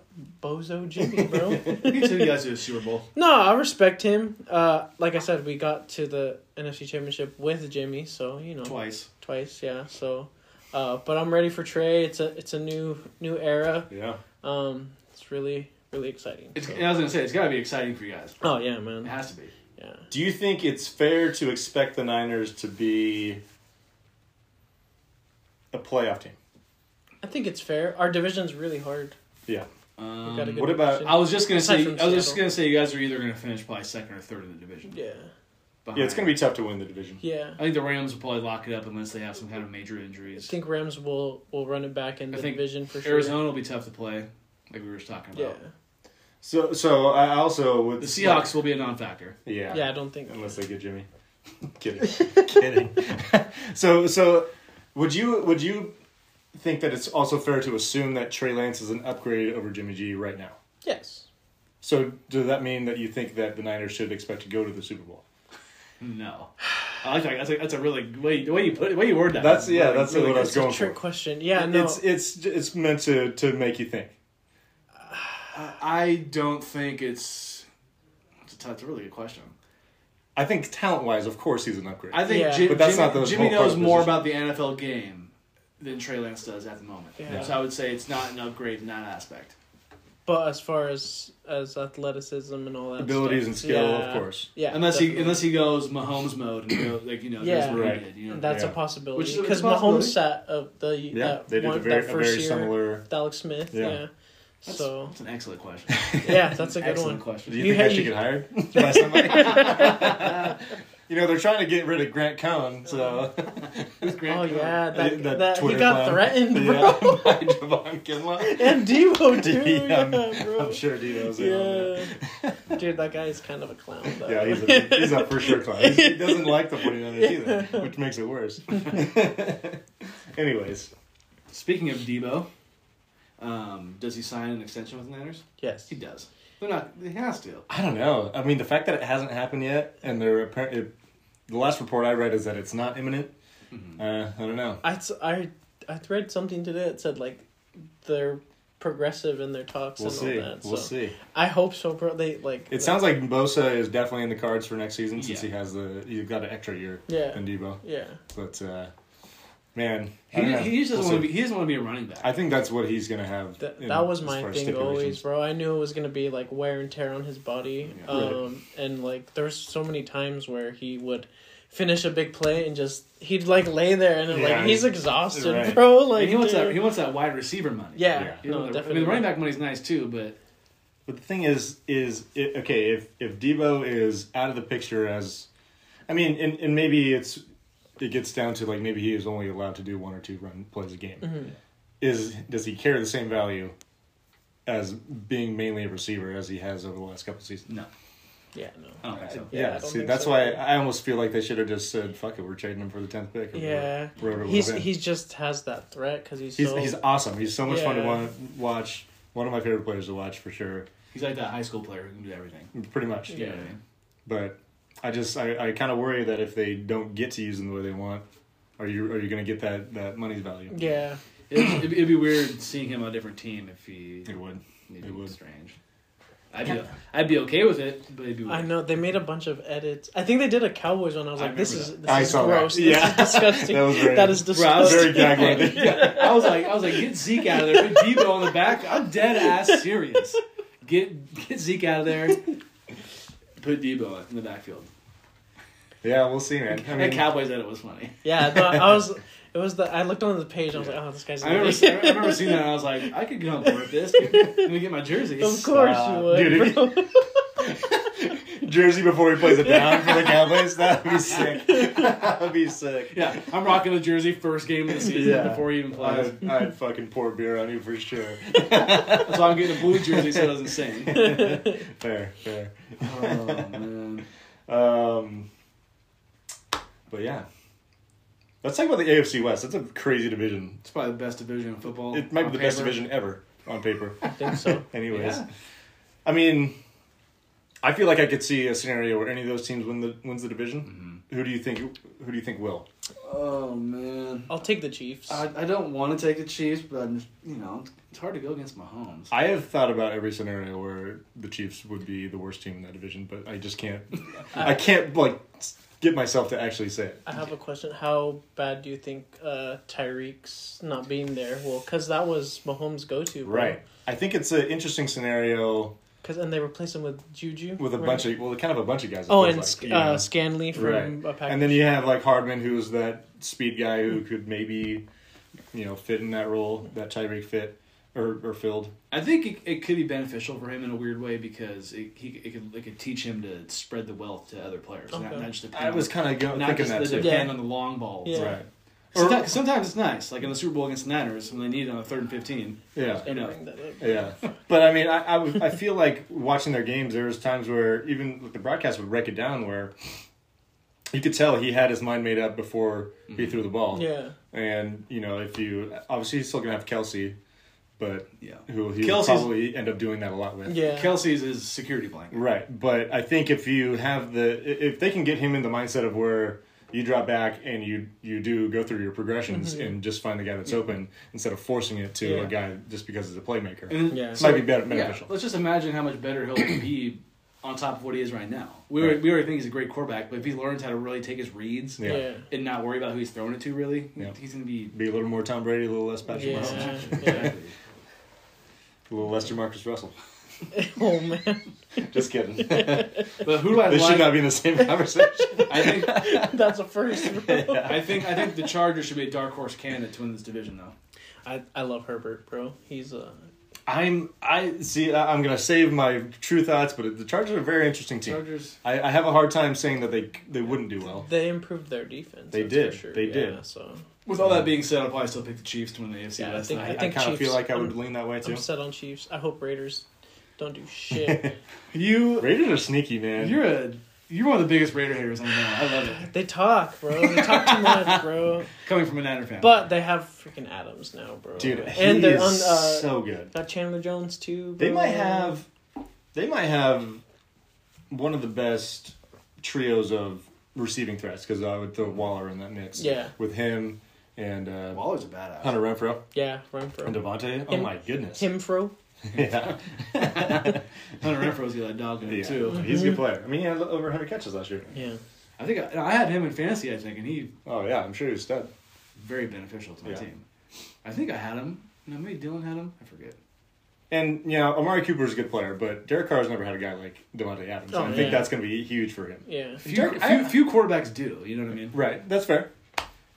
B: bozo Jimmy, bro.
A: You two guys do a Super Bowl.
B: no, I respect him. Uh, like I said, we got to the NFC Championship with Jimmy, so you know
A: twice.
B: twice, yeah. So, uh, but I'm ready for Trey. It's a it's a new new era.
C: yeah,
B: Um, it's really really exciting.
A: It's,
B: so-
A: and I was gonna say it's gotta be exciting for you guys.
B: Oh yeah,
A: It
B: man.
A: has to be.
B: Yeah.
C: Do you think it's fair to expect the Niners to be a playoff team?
B: I think it's fair. Our division's really hard.
C: Yeah.
A: Um,
B: got a good
C: what about-
B: division.
A: I was just gonna
B: Aside
A: say.
B: from
A: I was just
B: Seattle.
A: gonna say you guys are either gonna finish probably second or third in the division.
B: Yeah.
C: Yeah, it's going to be tough to win the division.
B: Yeah.
A: I think the Rams will probably lock it up unless they have some kind of major
B: I
A: injuries.
B: think Rams will will run it back in
A: I
B: the
A: think
B: division for sure.
A: Arizona will be tough to play, like we were just talking
B: Yeah.
A: about.
C: Oh, So, so I also with
A: The Seahawks will be a non-factor.
C: Yeah.
B: yeah. I don't think.
C: Unless they get Jimmy. Kidding. Kidding. so, so would you would you think that it's also fair to assume that Trey Lance is an upgrade over Jimmy G right now?
B: Yes.
C: So, does that mean that you think that the Niners should expect to go to the Super Bowl?
A: No, I like that. That's a, that's a really way the way you put it, the way you word that.
C: That's- yeah,
A: Really-
C: that's
A: really
C: what I
A: good.
C: was
B: It's a
C: going for
B: trick
C: it.
B: question. Yeah. No.
C: It's it's it's meant to to make you think.
A: I don't think it's. It's a, t- it's a really good question.
C: I think talent wise, of course, he's an upgrade.
A: I think
B: Yeah.
A: Jim,
C: But that's
A: Jimmy,
C: not the
A: Jimmy
C: whole part
A: knows
C: of
A: more
C: position.
A: about the NFL game than Trey Lance does at the moment.
B: Yeah.
A: So I would say it's not an upgrade in that aspect.
B: but as far as as athleticism and all that
C: Abilities
B: stuff,
C: and skill,
B: yeah.
C: of course.
B: Yeah.
A: unless he
B: definitely.
A: unless he goes Mahomes mode and goes like you know
B: Yeah.
A: does what
C: Right.
A: he did. You know,
B: And that's
C: Yeah.
B: a possibility
A: Which is a
B: because
A: possibility.
B: Mahomes sat of the
C: Yeah,
B: that
C: they did
B: one,
C: a very
B: that
C: a
B: first
C: very
B: year
C: similar.
B: with Alex Smith.
C: Yeah.
B: Yeah.
A: That's-
B: So
A: that's an excellent question.
B: yeah, that's a good
A: excellent
B: one.
C: Do
A: question.
C: you,
B: You
C: think I
B: had-
C: should get hired by somebody? You know, they're trying to get rid of Grant Cohn, so. Who's Grant
B: Oh,
C: Cohn?
B: yeah,
C: Uh,
B: that- that- he
C: Twitter
B: got
C: clown.
B: threatened, bro.
C: Yeah, by Javon Kinlaw.
B: And Devo too.
C: Yeah,
B: Yeah,
C: I'm-
B: bro.
C: I'm sure Dino's in on that.
B: Yeah. Dude, that guy is kind of a clown. Though.
C: Yeah, he's a, he's a for sure client. He doesn't like the 49ers either, which makes it worse. Anyways,
A: Speaking of Debo, um, does he sign an extension with the Niners?
B: yes.
A: He does. They're not. He has to.
C: I don't know. I mean, the fact that it hasn't happened yet, and they're apparently the last report I read is that it's not imminent. Uh, I don't know.
B: I, s- I, I read something today that said, like, they're progressive in their talks
C: We'll
B: and
C: see.
B: all that.
C: We'll
B: so
C: see.
B: I hope so, bro. They, like.
C: It sounds like Bosa is definitely in the cards for next season since
A: Yeah.
C: he has the you've got an extra year
B: Yeah.
C: than Debo.
B: Yeah.
C: But uh, man, I
A: He,
C: don't know.
A: he just doesn't
C: We'll
A: want to
C: see.
A: be. He doesn't want to be a running back.
C: I think that's what he's gonna have.
B: That,
C: in-
B: that was
C: as far
B: my
C: as
B: thing always,
C: stipulations.
B: bro. I knew it was gonna be like wear and tear on his body,
A: Yeah.
C: Right.
B: um, and like there was so many times where he would finish a big play and just he'd like lay there and
C: Yeah,
B: like he's
C: he-
B: exhausted,
C: right.
B: bro.
A: I
B: Like
A: mean, he wants
B: dude.
A: that. He wants that wide receiver money.
B: yeah,
A: He
B: no,
A: wants- I
B: definitely.
A: mean, the running back money's nice too, but
C: But the thing is, is it, okay if if Debo is out of the picture as, I mean, and, and maybe it's it gets down to like maybe he is only allowed to do one or two run plays a game.
B: Mm-hmm.
C: Is does he carry the same value as being mainly a receiver as he has over the last couple of seasons?
A: no,
B: yeah, no.
A: I don't think so.
B: Yeah,
C: Yeah,
B: I don't
C: see,
B: think
C: that's
B: so.
C: why I almost feel like they should have just said, "Fuck it, we're trading him for the tenth pick." or
B: Yeah,
C: whatever it
B: he's
C: would've been.
B: he just has that threat because he's,
C: he's
B: so
C: he's awesome. He's so much fun to
B: Yeah.
C: wa- watch. One of my favorite players to watch for sure.
A: He's like that high school player who can do everything.
C: Pretty much.
A: You know what I mean?
C: but I just I, I kind of worry that if they don't get to use them the way they want, are you are you going to get that that money's value?
B: yeah.
A: It'd, it'd, be- it'd be weird seeing him on a different team if he
C: It would.
A: maybe
C: it would.
A: strange. I'd be I'd be okay with it, but it'd be weird.
B: I know they made a bunch of edits. I think they did a Cowboys one. I was
A: I
B: like, this
A: remember
B: is
A: that.
B: this
C: I
B: is
C: saw that.
B: gross.
C: Yeah.
B: This is disgusting.
C: That was very-
B: that is
A: Bro, I was
B: disgusting.
C: Very gag worthy.
A: I was like, I was like, get Zeke out of there. Put Debo on the back. I'm dead ass serious. Get get Zeke out of there. Put Debo in the backfield.
C: Yeah, we'll see, man. I
A: that
C: mean,
A: Cowboys said it was funny.
B: Yeah, no, I was. It was the. I looked on the page. I was
A: Yeah.
B: like, oh, this guy's.
A: I remember,
B: ugly.
A: I remember seeing that. and I was like, I could get on board with this. Dude. Let me get my jerseys.
B: of course
C: Stop.
B: you would.
C: uh, Dude,
B: bro.
C: Jersey before he plays it down for the Cowboys. That would be sick. that would be sick.
A: Yeah, I'm rocking the jersey first game of the season
C: Yeah.
A: before he even plays.
C: I'd, I'd fucking pour beer on you for sure.
A: That's why I'm getting a blue jersey so it doesn't sing.
C: fair, fair.
A: Oh man.
C: Um, but yeah, let's talk about the AFC West. That's a crazy division.
A: It's probably the best division in football.
C: It might be
A: on
C: the best
A: paper.
C: division ever on paper.
B: I think so.
C: Anyways,
A: Yeah.
C: I mean, I feel like I could see a scenario where any of those teams win the wins the division. Who do you think? Who do you think will?
A: Oh man.
B: I'll take the Chiefs.
C: Uh,
A: I, I don't want to take the Chiefs, but I'm, just- you know it's hard to go against Mahomes.
C: I have thought about every scenario where the Chiefs would be the worst team in that division, but I just can't. I can't like get myself to actually say it.
B: I have a question. How bad do you think uh, Tyreek's not being there? Well, because that was Mahomes' go-to, bro.
C: Right. I think it's an interesting scenario
B: 'Cause- and they replaced him with Juju
C: with a
B: right?
C: bunch of well, kind of a bunch of guys. it
B: Oh,
C: feels
B: and
C: like,
B: Sc-
C: you know?
B: uh, Scanley from
C: Right.
B: a pack.
C: And then you have like Hardman, who's that speed guy who could maybe, you know, fit in that role that Tyreek fit or or filled.
A: I think it, it could be beneficial for him in a weird way because it he it could it could teach him to spread the wealth to other players, not,
B: Okay.
A: not just depend
C: I was kind of go-
A: on, not
C: thinking
A: just
C: that
A: the
C: too.
B: Yeah.
A: depend on the long ball.
B: Yeah.
C: Right.
A: Sometimes, sometimes it's nice, like in the Super Bowl against the Niners when they need it on a third and fifteen.
C: Yeah.
A: you know.
B: Bring that up.
C: Yeah. But I mean, I, I, was- I feel like watching their games, there was times where even the broadcast would break it down where you could tell he had his mind made up before he threw the ball.
B: Yeah.
C: And, you know, if you obviously he's still going to have Kelsey, but
A: Yeah,
C: who he'll
A: Kelsey's-
C: probably end up doing that a lot with.
B: Yeah.
A: Kelsey's is security blanket.
C: Right, but I think if you have the i- if they can get him in the mindset of where you drop back and you you do go through your progressions and just find the guy that's open instead of forcing it to
B: Yeah.
C: a guy just because he's a playmaker.
A: And then-
B: Yeah.
C: It might be better,
A: Yeah,
C: beneficial.
A: let's just imagine how much better he'll be on top of what he is right now. We already,
C: Right.
A: we already think he's a great quarterback, but if he learns how to really take his reads
C: Yeah.
B: Yeah.
A: and not worry about who he's throwing it to, really,
C: Yeah.
A: he's gonna be.
C: Be a little more Tom Brady, a little less Patrick
B: Yeah.
C: Mahomes,
B: yeah.
C: a little less Jamarcus Russell.
B: oh man,
C: Just kidding. they
A: but who do I
C: should
A: like?
C: not be in the same conversation.
A: I think
B: that's a first. Bro.
A: I think I think the Chargers should be a dark horse candidate to win this division, though.
B: I I love Herbert, bro. He's uh, a
C: I'm I see. I- I'm gonna save my true thoughts, but the Chargers are a very interesting team.
B: Chargers.
C: I, I have a hard time saying that they they wouldn't do well.
B: They improved their defense.
C: They
B: that's
C: did,
B: For sure.
C: they
B: yeah,
C: did.
B: So
A: With all that being said, I'll probably still pick the Chiefs to win the AFC
B: Yeah, I
A: West.
B: think-
A: and
C: I,
A: I-
C: I kind of
B: Chiefs-
C: feel like I would
B: I'm-
C: lean that way too.
B: I'm set on Chiefs. I hope Raiders don't do shit.
A: you,
C: Raiders are sneaky, man.
A: you're a, you're one of the biggest Raider haters on the panel. I love it.
B: they talk, bro. They talk too much, bro.
A: Coming from a Niner fan.
B: But they have freaking Adams now, bro.
C: Dude,
B: and
C: he
B: they're on.
C: is
B: Uh,
C: so good.
B: got Chandler Jones too. Bro.
C: They might have, they might have, one of the best trios of receiving threats because I would throw Waller in that mix.
B: Yeah.
C: with him and uh,
A: Waller's a badass.
C: Hunter Renfro
B: Yeah,
C: and
B: Renfro.
C: Devontae. Oh
B: Him-
C: my goodness.
B: Timfro.
C: yeah.
A: Hunter Renfro's got that dog in him
C: Yeah,
A: too.
C: he's a good player. I mean, he had over 100 catches last year.
B: Yeah.
A: I think I, I had him in fantasy. I think, and he
C: Oh yeah, I'm sure he's stud.
A: very beneficial to my
C: Yeah.
A: team. I think I had him. No, maybe Dylan had him. I forget.
C: And you know, Amari Cooper's a good player, but Derek Carr's never had a guy like Devontae Adams.
B: Oh,
C: I
B: yeah.
C: think that's going to be huge for him.
B: Yeah.
A: Few,
C: Derek-
A: few,
C: I-
A: few quarterbacks do. You know what I mean?
C: Right, that's fair.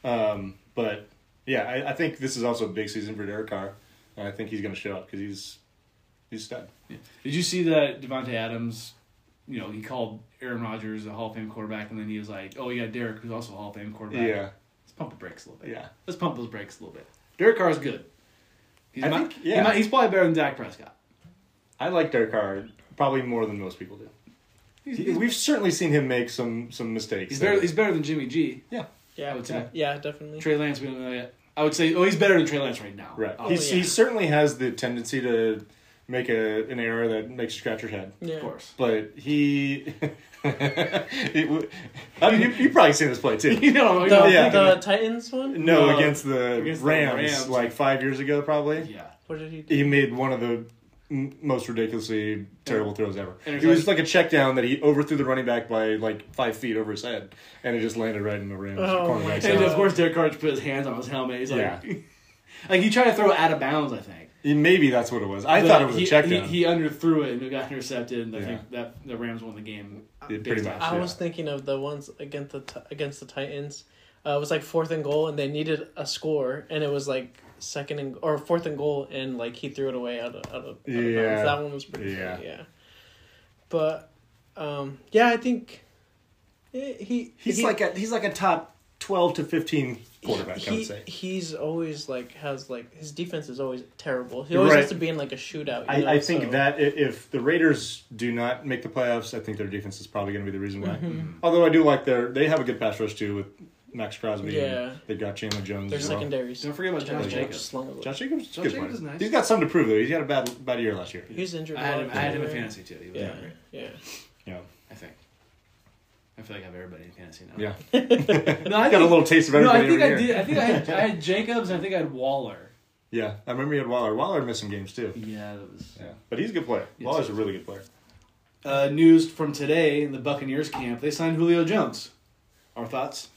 C: Um, but yeah, I, I think this is also a big season for Derek Carr, and I think he's going to show up because he's he's a stud.
A: Did you see that Devonte Adams? You know, he called Aaron Rodgers a Hall of Fame quarterback, and then he was like, "Oh yeah, Derek, who's also a Hall of Fame quarterback."
C: Yeah,
A: Let's pump the brakes a little bit.
C: yeah.
A: Let's pump those brakes a little bit. Derek Carr's good. He's
C: I
A: not-
C: think-
A: he
C: yeah.
A: might- he's probably better than Dak Prescott.
C: I like Derek Carr probably more than most people do.
A: He's,
C: He-
A: he's,
C: we've certainly seen him make some some mistakes.
A: he's
C: that-
A: better. He's better than Jimmy G.
B: Yeah.
A: I would say.
B: Yeah, definitely.
A: Trey Lance, we don't know yet. I would say, oh, he's better than Trey Lance right now.
C: right.
A: Oh,
C: he's,
B: yeah.
C: He certainly has the tendency to make a an error that makes you scratch your head.
B: yeah.
A: of course.
C: but he, it w- I mean, you, you probably seen this play too.
A: you know,
B: The,
A: you know,
C: Yeah.
B: the Titans one.
C: No,
A: No.
C: against the
A: Against the
C: Rams,
A: Rams.
C: like five years ago, probably.
A: yeah.
B: What did he do?
C: He made one of the m- most ridiculously terrible throws ever. It
A: Interception.
C: was like a check down that he overthrew the running back by like five feet over his head, and it just landed right in the Rams
B: Oh
C: cornerback's
B: my
A: And
C: hands.
A: of course, Derek Carr just put his hands on his helmet. He's like,
C: Yeah.
A: like he tried to throw it out of bounds. I think.
C: Maybe that's what it was. I
A: But
C: thought it was
A: he,
C: a check
A: He,
C: down.
A: he underthrew it and it got intercepted. And I
C: Yeah.
A: think that the Rams won the game. based
C: It pretty much.
A: on-
B: I
C: yeah.
B: was thinking of the ones against the Ti- against the Titans. Uh, it was like fourth and goal, and they needed a score, and it was like second and or fourth and goal, and like he threw it away out of out of, out of
C: Yeah.
B: bounds. That one was pretty
C: Yeah.
B: funny, yeah. But um, yeah, I think eh, he
C: he's
B: he-
C: like a he's like a top twelve to fifteen quarterback. I
B: he,
C: would say.
B: he's always like has like his defense is always terrible. He always
C: Right.
B: has to be in like a shootout. you
C: I,
B: know,
C: I think
B: so-
C: that i- if the Raiders do not make the playoffs, I think their defense is probably going to be the reason why. Although I do like their they have a good pass rush too with Max Crosby.
B: Yeah.
C: and they've got Chandler Jones.
B: their
C: as well.
B: secondaries.
A: Don't forget about Josh
C: Josh
A: Jacobs.
C: Josh Jacobs, is a
A: Josh
C: good
A: Jacobs
C: player.
A: is nice.
C: He's got something to prove though. He's had a bad bad year last year.
B: He's injured.
A: I had him.
B: a
A: I
B: lot,
A: had him in
B: right?
A: fantasy too. He was
B: Yeah,
A: not great,
B: yeah.
C: Yeah,
A: I think. I feel like I have everybody in fantasy now.
C: yeah.
A: No, I
C: I got a
A: think,
C: little taste of
A: no, I
C: everybody
A: think I
C: every year.
A: did. I think I had, I had Jacobs and I think I had Waller.
C: Yeah, I remember he had Waller. Waller missed some games too.
A: Yeah, that was.
C: Yeah, but he's a good player.
A: Yes.
C: Waller's a really good player.
A: Uh, news from today in the Buccaneers camp: they signed Julio Jones. Our thoughts,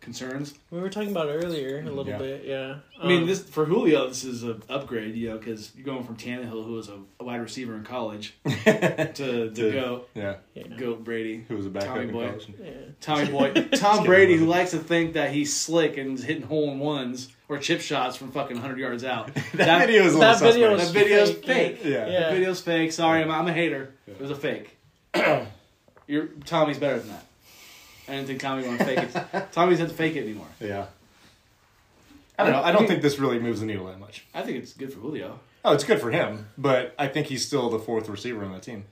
A: concerns.
B: We were talking about it earlier a little
C: Yeah.
B: bit, yeah.
A: I mean,
B: Um,
A: this for Julio, this is an upgrade, you know, because you're going from Tannehill, who was a, a wide receiver in college, to to
C: Dude.
A: go
C: Yeah,
B: yeah.
A: go Brady,
C: who was a backup
A: Tommy
C: in
A: Boy.
C: college.
B: Yeah.
A: Tommy Boy, Tom Brady, who likes to think that he's slick and is hitting hole in ones or chip shots from fucking hundred yards out. that,
C: That, video was a little
B: That video
C: suspect.
B: was
A: That video's fake.
C: Yeah.
A: that
B: Yeah.
A: video's fake. Sorry, I'm, I'm a hater. It was a fake. Your Tommy's better than that. I didn't think Tommy wanted to fake it. Tommy's had to fake it anymore.
C: Yeah. I don't know. I
A: I
C: don't
A: mean-
C: think this really moves the needle that much.
A: I think it's good for Julio.
C: Oh, it's good for him, but I think he's still the fourth receiver on that team.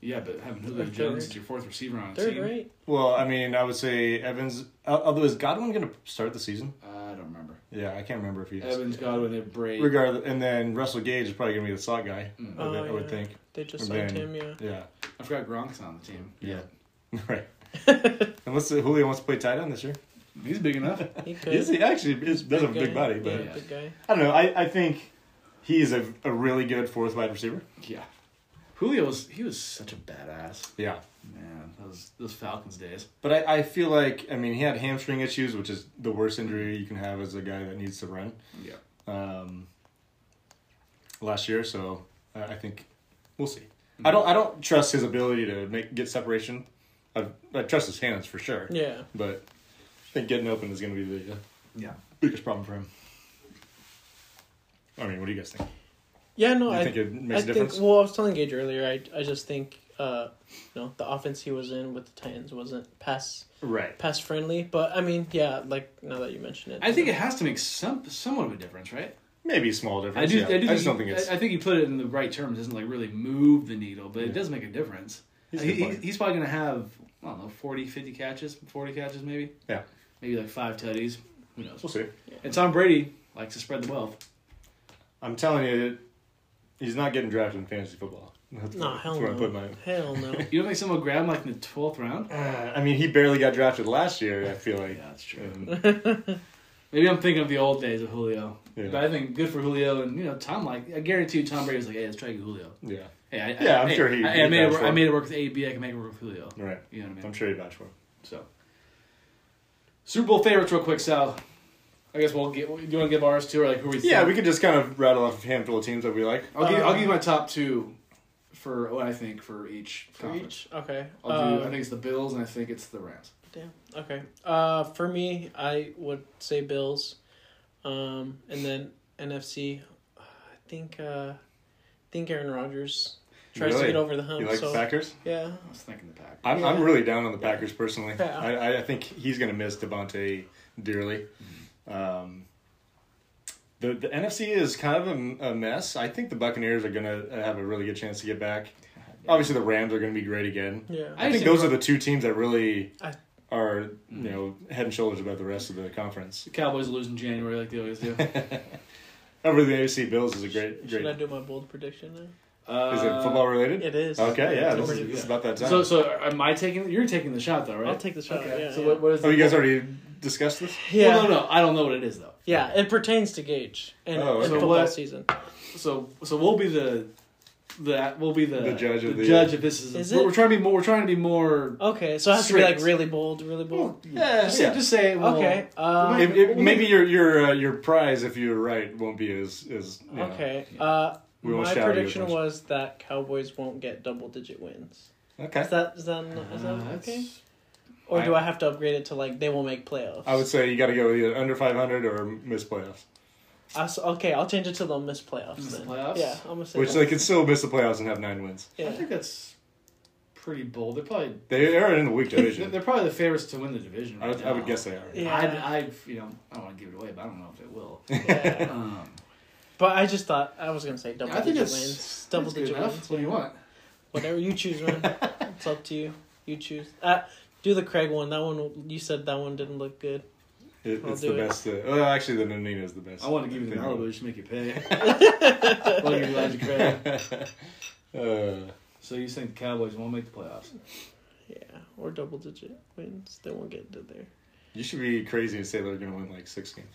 A: Yeah, but having Julio
B: Third.
A: Jones as your fourth receiver on a
B: Third,
A: team,
B: right?
C: Well, I mean, I would say Evans. al- Although is Godwin going to start the season?
A: I don't remember.
C: Yeah, I can't remember if he is.
A: Evans, Godwin, and Brady.
C: Regardless, and then Russell Gage is probably going to be the slot guy.
A: Mm.
C: I, would,
B: Oh,
C: I would
B: yeah.
C: think.
B: They just
C: Or
B: signed him,
C: Ben.
B: yeah.
C: Yeah.
A: I forgot Gronk's not on the team.
C: Yeah. right. Unless uh, Julio wants to play tight end this year.
A: He's big enough.
B: He could.
C: Is he actually is, does have a big
B: guy.
C: body, but
B: Yeah, big guy.
C: I don't know. I, I think he's a, a really good fourth wide receiver.
A: yeah. Julio was he was such a badass.
C: Yeah.
A: Man, those those Falcons days.
C: But I, I feel like, I mean, he had hamstring issues, which is the worst injury you can have as a guy that needs to run
A: Yeah.
C: um, last year. So I I think we'll see. I don't I don't trust his ability to make get separation. I, I trust his hands for sure,
B: Yeah.
C: but I think getting open is going to be the uh,
A: Yeah.
C: biggest problem for him. I mean, what do you guys think?
B: Yeah, no,
C: You
B: I
C: think it
B: I
C: makes a
B: think.
C: difference?
B: Well, I was telling Gage earlier. I I just think, uh, you know, the offense he was in with the Titans wasn't pass
C: right.
B: pass friendly. But I mean, yeah, like now that you mention it,
A: I think it has to make some somewhat of a difference, right?
C: Maybe a small difference.
A: I do.
C: yeah.
A: I, do think
C: just don't think
A: you,
C: it's.
A: I, I think you put it in the right terms. It doesn't like really move the needle, but it
C: Yeah.
A: does make a difference.
C: He's a
A: he,
C: good
A: he-
C: player.
A: he's probably gonna have I don't know 40, 50 catches, forty catches maybe.
C: Yeah.
A: Maybe like five tutties. Who knows?
C: we'll see.
A: And Tom Brady likes to spread the wealth.
C: I'm telling you, he's not getting drafted in fantasy football. That's,
B: No,
C: that's
B: hell
C: where
B: no.
C: I put my.
B: Hell no.
A: You don't think someone will grab him like in the twelfth round?
C: Uh, I mean, he barely got drafted last year. I feel like.
A: Yeah, that's true.
C: And,
A: Maybe I'm thinking of the old days of Julio.
C: Yeah.
A: But I think good for Julio and you know Tom. Like I guarantee you, Tom Brady was like, "Hey, let's try to get Julio."
C: yeah.
A: Hey, I,
C: Yeah,
A: I,
C: I'm
A: hey,
C: sure he-
A: I, I
C: he
A: made it.
C: vouched
A: Work,
C: for
A: I
C: him.
A: made it work with AB. I can make it work with Julio.
C: Right.
A: You know what I mean?
C: I'm sure he vouched for him.
A: So, Super Bowl favorites, real quick, Sal. I guess we'll get. Do you want to give ours too, or like who we?
C: Yeah,
A: think?
C: we uh, could just kind of rattle off a handful of teams that we like.
A: I'll give. I'll give you my top two for what I think for each.
B: For
A: conference.
B: each, okay.
A: I'll do. I
B: Uh,
A: think it's the Bills, and I think it's the Rams.
B: Damn. Okay. Uh, for me, I would say Bills, um, and then NFC. uh, I think. Uh, I think Aaron Rodgers tries
C: Really?
B: to get over the hump.
C: You like
B: so
C: the Packers?
B: yeah.
A: I was thinking the Pack.
C: I'm, I'm
B: Yeah.
C: really down on the Packers personally.
B: Yeah.
C: I, I- I think he's going to miss Devontae dearly. Um, the the NFC is kind of a, a mess. I think the Buccaneers are going to have a really good chance to get back. Obviously, the Rams are going to be great again.
B: Yeah.
A: I
C: I,
A: just-
C: think those are the two teams that really
B: I-
C: are you know head and shoulders above the rest of the conference.
A: The Cowboys lose in January like they always do.
C: Over the AFC Bills is a great
B: Should I
C: great.
B: do my bold prediction now?
A: Uh,
C: Is it football related?
B: It is.
C: Okay, yeah, this
A: Number
C: is,
A: two,
C: this is
A: yeah.
C: about that time.
A: So, so am I taking? You're taking the shot though, right?
B: I'll take the shot.
A: Okay.
B: Yeah.
A: so
B: yeah.
A: What, what is?
C: oh,
A: the-
C: you guys already discussed this?
B: yeah.
A: Well, no, no, I don't know what it is though.
B: Yeah, it pertains to Gage and,
C: Oh,
B: and
C: okay.
B: football
A: So what-
B: season.
A: So so we'll be the the we'll be the,
C: The judge of the-
A: judge if this is,
B: Is
A: we're,
B: it?
A: we're trying to be more we're trying to be more
B: Okay, so I have to be
A: Straight.
B: like really bold, really bold.
C: Yeah,
A: just, say-
C: yeah.
A: just say well,
B: okay. Uh,
C: If- if- maybe your your uh, your prize, if you're right, won't be as as you know.
B: okay. Uh,
C: We won't
B: my
C: shout at you as
B: prediction
C: much.
B: was that Cowboys won't get double digit wins.
C: Okay,
B: Is that is that, is that
A: Uh,
B: okay?
A: that's-
B: Or do I have to upgrade it to like they will make playoffs?
C: I would say you got to go either under 500 or miss playoffs,
B: I s- okay, I'll change it to they'll miss playoffs.
A: Miss
B: then.
A: playoffs?
B: Yeah, I'm gonna say.
C: which
B: that.
C: they could still miss the playoffs and have nine wins.
A: I
B: yeah.
A: think that's pretty bold. They're probably
C: They are in the weak
A: they're
C: division.
A: they're probably the favorites to win the division.
C: I
A: Right
C: would, I would
A: now.
C: guess they are.
B: Yeah.
A: I'd, I'd you know I don't want to give it away, but I don't know if it will.
B: yeah.
A: Um,
B: But I just thought I was gonna say double
A: I think
B: digit
A: it's
B: wins, double
A: that's good
B: digit
A: enough.
B: wins,
A: That's what do you want?
B: whatever you choose, man. it's up to you. You choose. Uh, do the Craig one. That one you said that one didn't look good.
C: It,
B: I'll
C: it's
B: do
C: the
B: it.
C: best. Uh, well, actually, the Nanina is the best.
A: I want to give you the
C: thing.
A: Malibu just to make you pay. Well, you're glad you credit.
C: Uh,
A: So you think the Cowboys won't make the playoffs?
B: Yeah, or double digit wins. They won't get to there.
C: you should be crazy and say they're going to win like six games.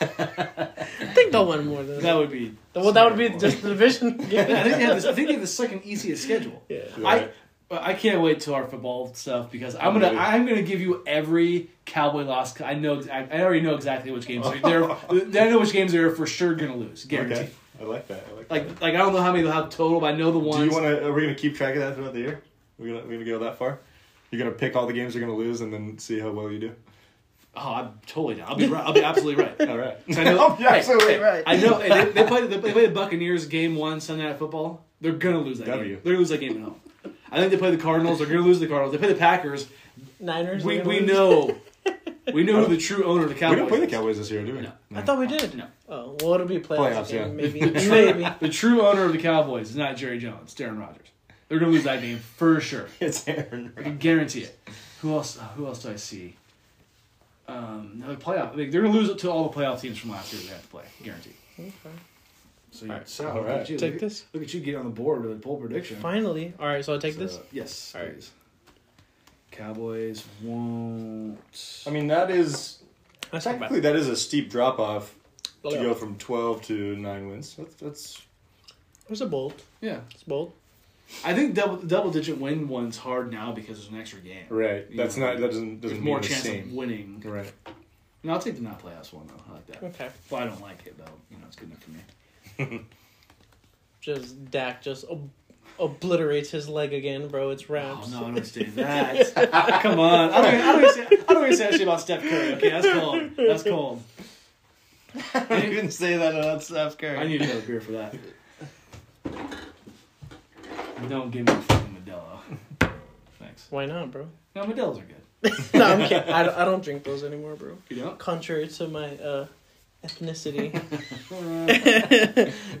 B: I think they'll win more than
A: That
B: that.
A: would be
B: Well, that would be
A: terrible.
B: just the division.
A: I
B: yeah.
A: think they have the, I think they have the second easiest schedule.
B: yeah.
A: I but I can't wait till our football stuff because I'm gonna
C: Really?
A: I'm gonna give you every Cowboy loss. I know ex- I, I already know exactly which games they're. I know which games they're for sure gonna lose. Guaranteed.
C: okay. I like that. I like,
A: Like
C: that.
A: like I don't know how many they'll have total, but I know the ones.
C: Do you want to? Are we going to keep track of that throughout the year? We're going to we gonna go that far. You're going to pick all the games you're going to lose and then see how well you do.
A: Oh, I'm totally down. I'll be right. I'll be absolutely right.
C: All right.
A: I know-
C: Oh, yeah,
A: hey,
C: absolutely
A: hey,
B: right.
A: I know. hey, they, they play. They play the Buccaneers game one Sunday Night Football. They're gonna lose that
C: W.
A: game. They're gonna lose that game at home. I think they play the Cardinals. They're gonna lose the Cardinals. They play the Packers.
B: Niners.
A: We
B: they're
A: we
B: gonna lose?
A: know. We know who the true owner of the
C: We
A: Cowboys.
C: don't play the
A: is.
C: Cowboys this year, do we?
A: No.
B: I thought we did.
A: No.
B: Oh well, it'll be a playoffs,
C: Playoffs,
B: game,
C: yeah.
B: maybe. maybe.
A: The true owner of the Cowboys is not Jerry Jones. Darren Rodgers. They're gonna lose that game for sure.
C: It's Aaron
A: I
C: Rodgers.
A: guarantee it. Who else? uh, Who else do I see? Um, no, the playoff. They're gonna lose it to all the playoff teams from last year. They have to play. Guarantee.
B: Okay.
A: So you,
B: All right.
A: so
C: All
A: look
C: right.
A: at you.
B: Take
A: Look-
B: this.
A: Look at you get on the board with a bold prediction.
B: Finally. All right. So I take this.
C: So,
A: Yes.
B: Uh, All right.
A: please. Cowboys won't.
C: I mean, that is
B: That's not
C: technically that is a steep drop off to
B: bad.
C: go from twelve to nine wins. That's that's
B: It was a bold.
A: Yeah,
B: It's bold.
A: I think double double digit win one's hard now because there's an extra game.
C: right. That's
A: Yeah.
C: not that doesn't
A: There's
C: doesn't
A: more
C: mean the
A: chance of
C: same.
A: winning.
C: Right.
A: No, I'll take the not playoffs one though. I like that.
B: Okay.
A: Well, I don't like it though. You know, it's good enough for me.
B: Just Dak just ob- obliterates his leg again, bro. It's
A: Oh
B: wraps.
A: no, I don't say that. Come on, I don't. I don't, even say, I don't even say that shit about Steph Curry. Okay, that's cold. That's cold.
C: you can say that about Steph Curry.
A: I need another beer for that. Don't give me a fucking Modelo. Thanks.
B: Why not, bro?
A: No, Modelos are good.
B: no, I'm kidding. I don't, I don't drink those anymore, bro.
A: You don't?
B: Contrary to my uh, ethnicity.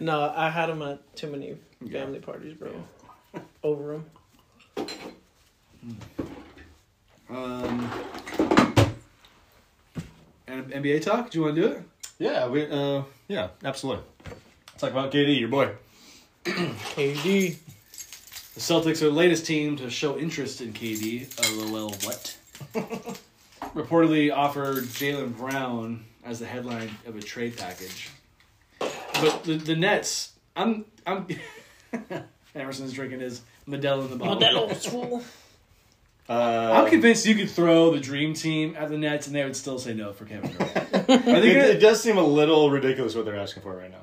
B: no, I had them at too many
A: Yeah.
B: family parties, bro. Over them.
A: Um, and NBA talk? Do you want to do it?
C: Yeah, we uh yeah, absolutely. Talk about KD, your boy.
B: KD.
A: The Celtics are the latest team to show interest in KD. LOL, what? Reportedly offered Jalen Brown as the headline of a trade package. But the, the Nets, I'm. I'm Emerson's drinking his Modelo in the bottle.
B: Modelo's fool.
C: Uh,
A: I'm convinced you could throw the dream team at the Nets and they would still say no for Kevin Durant. Are they
C: it, it
A: gonna,
C: does seem a little ridiculous what they're asking for right now.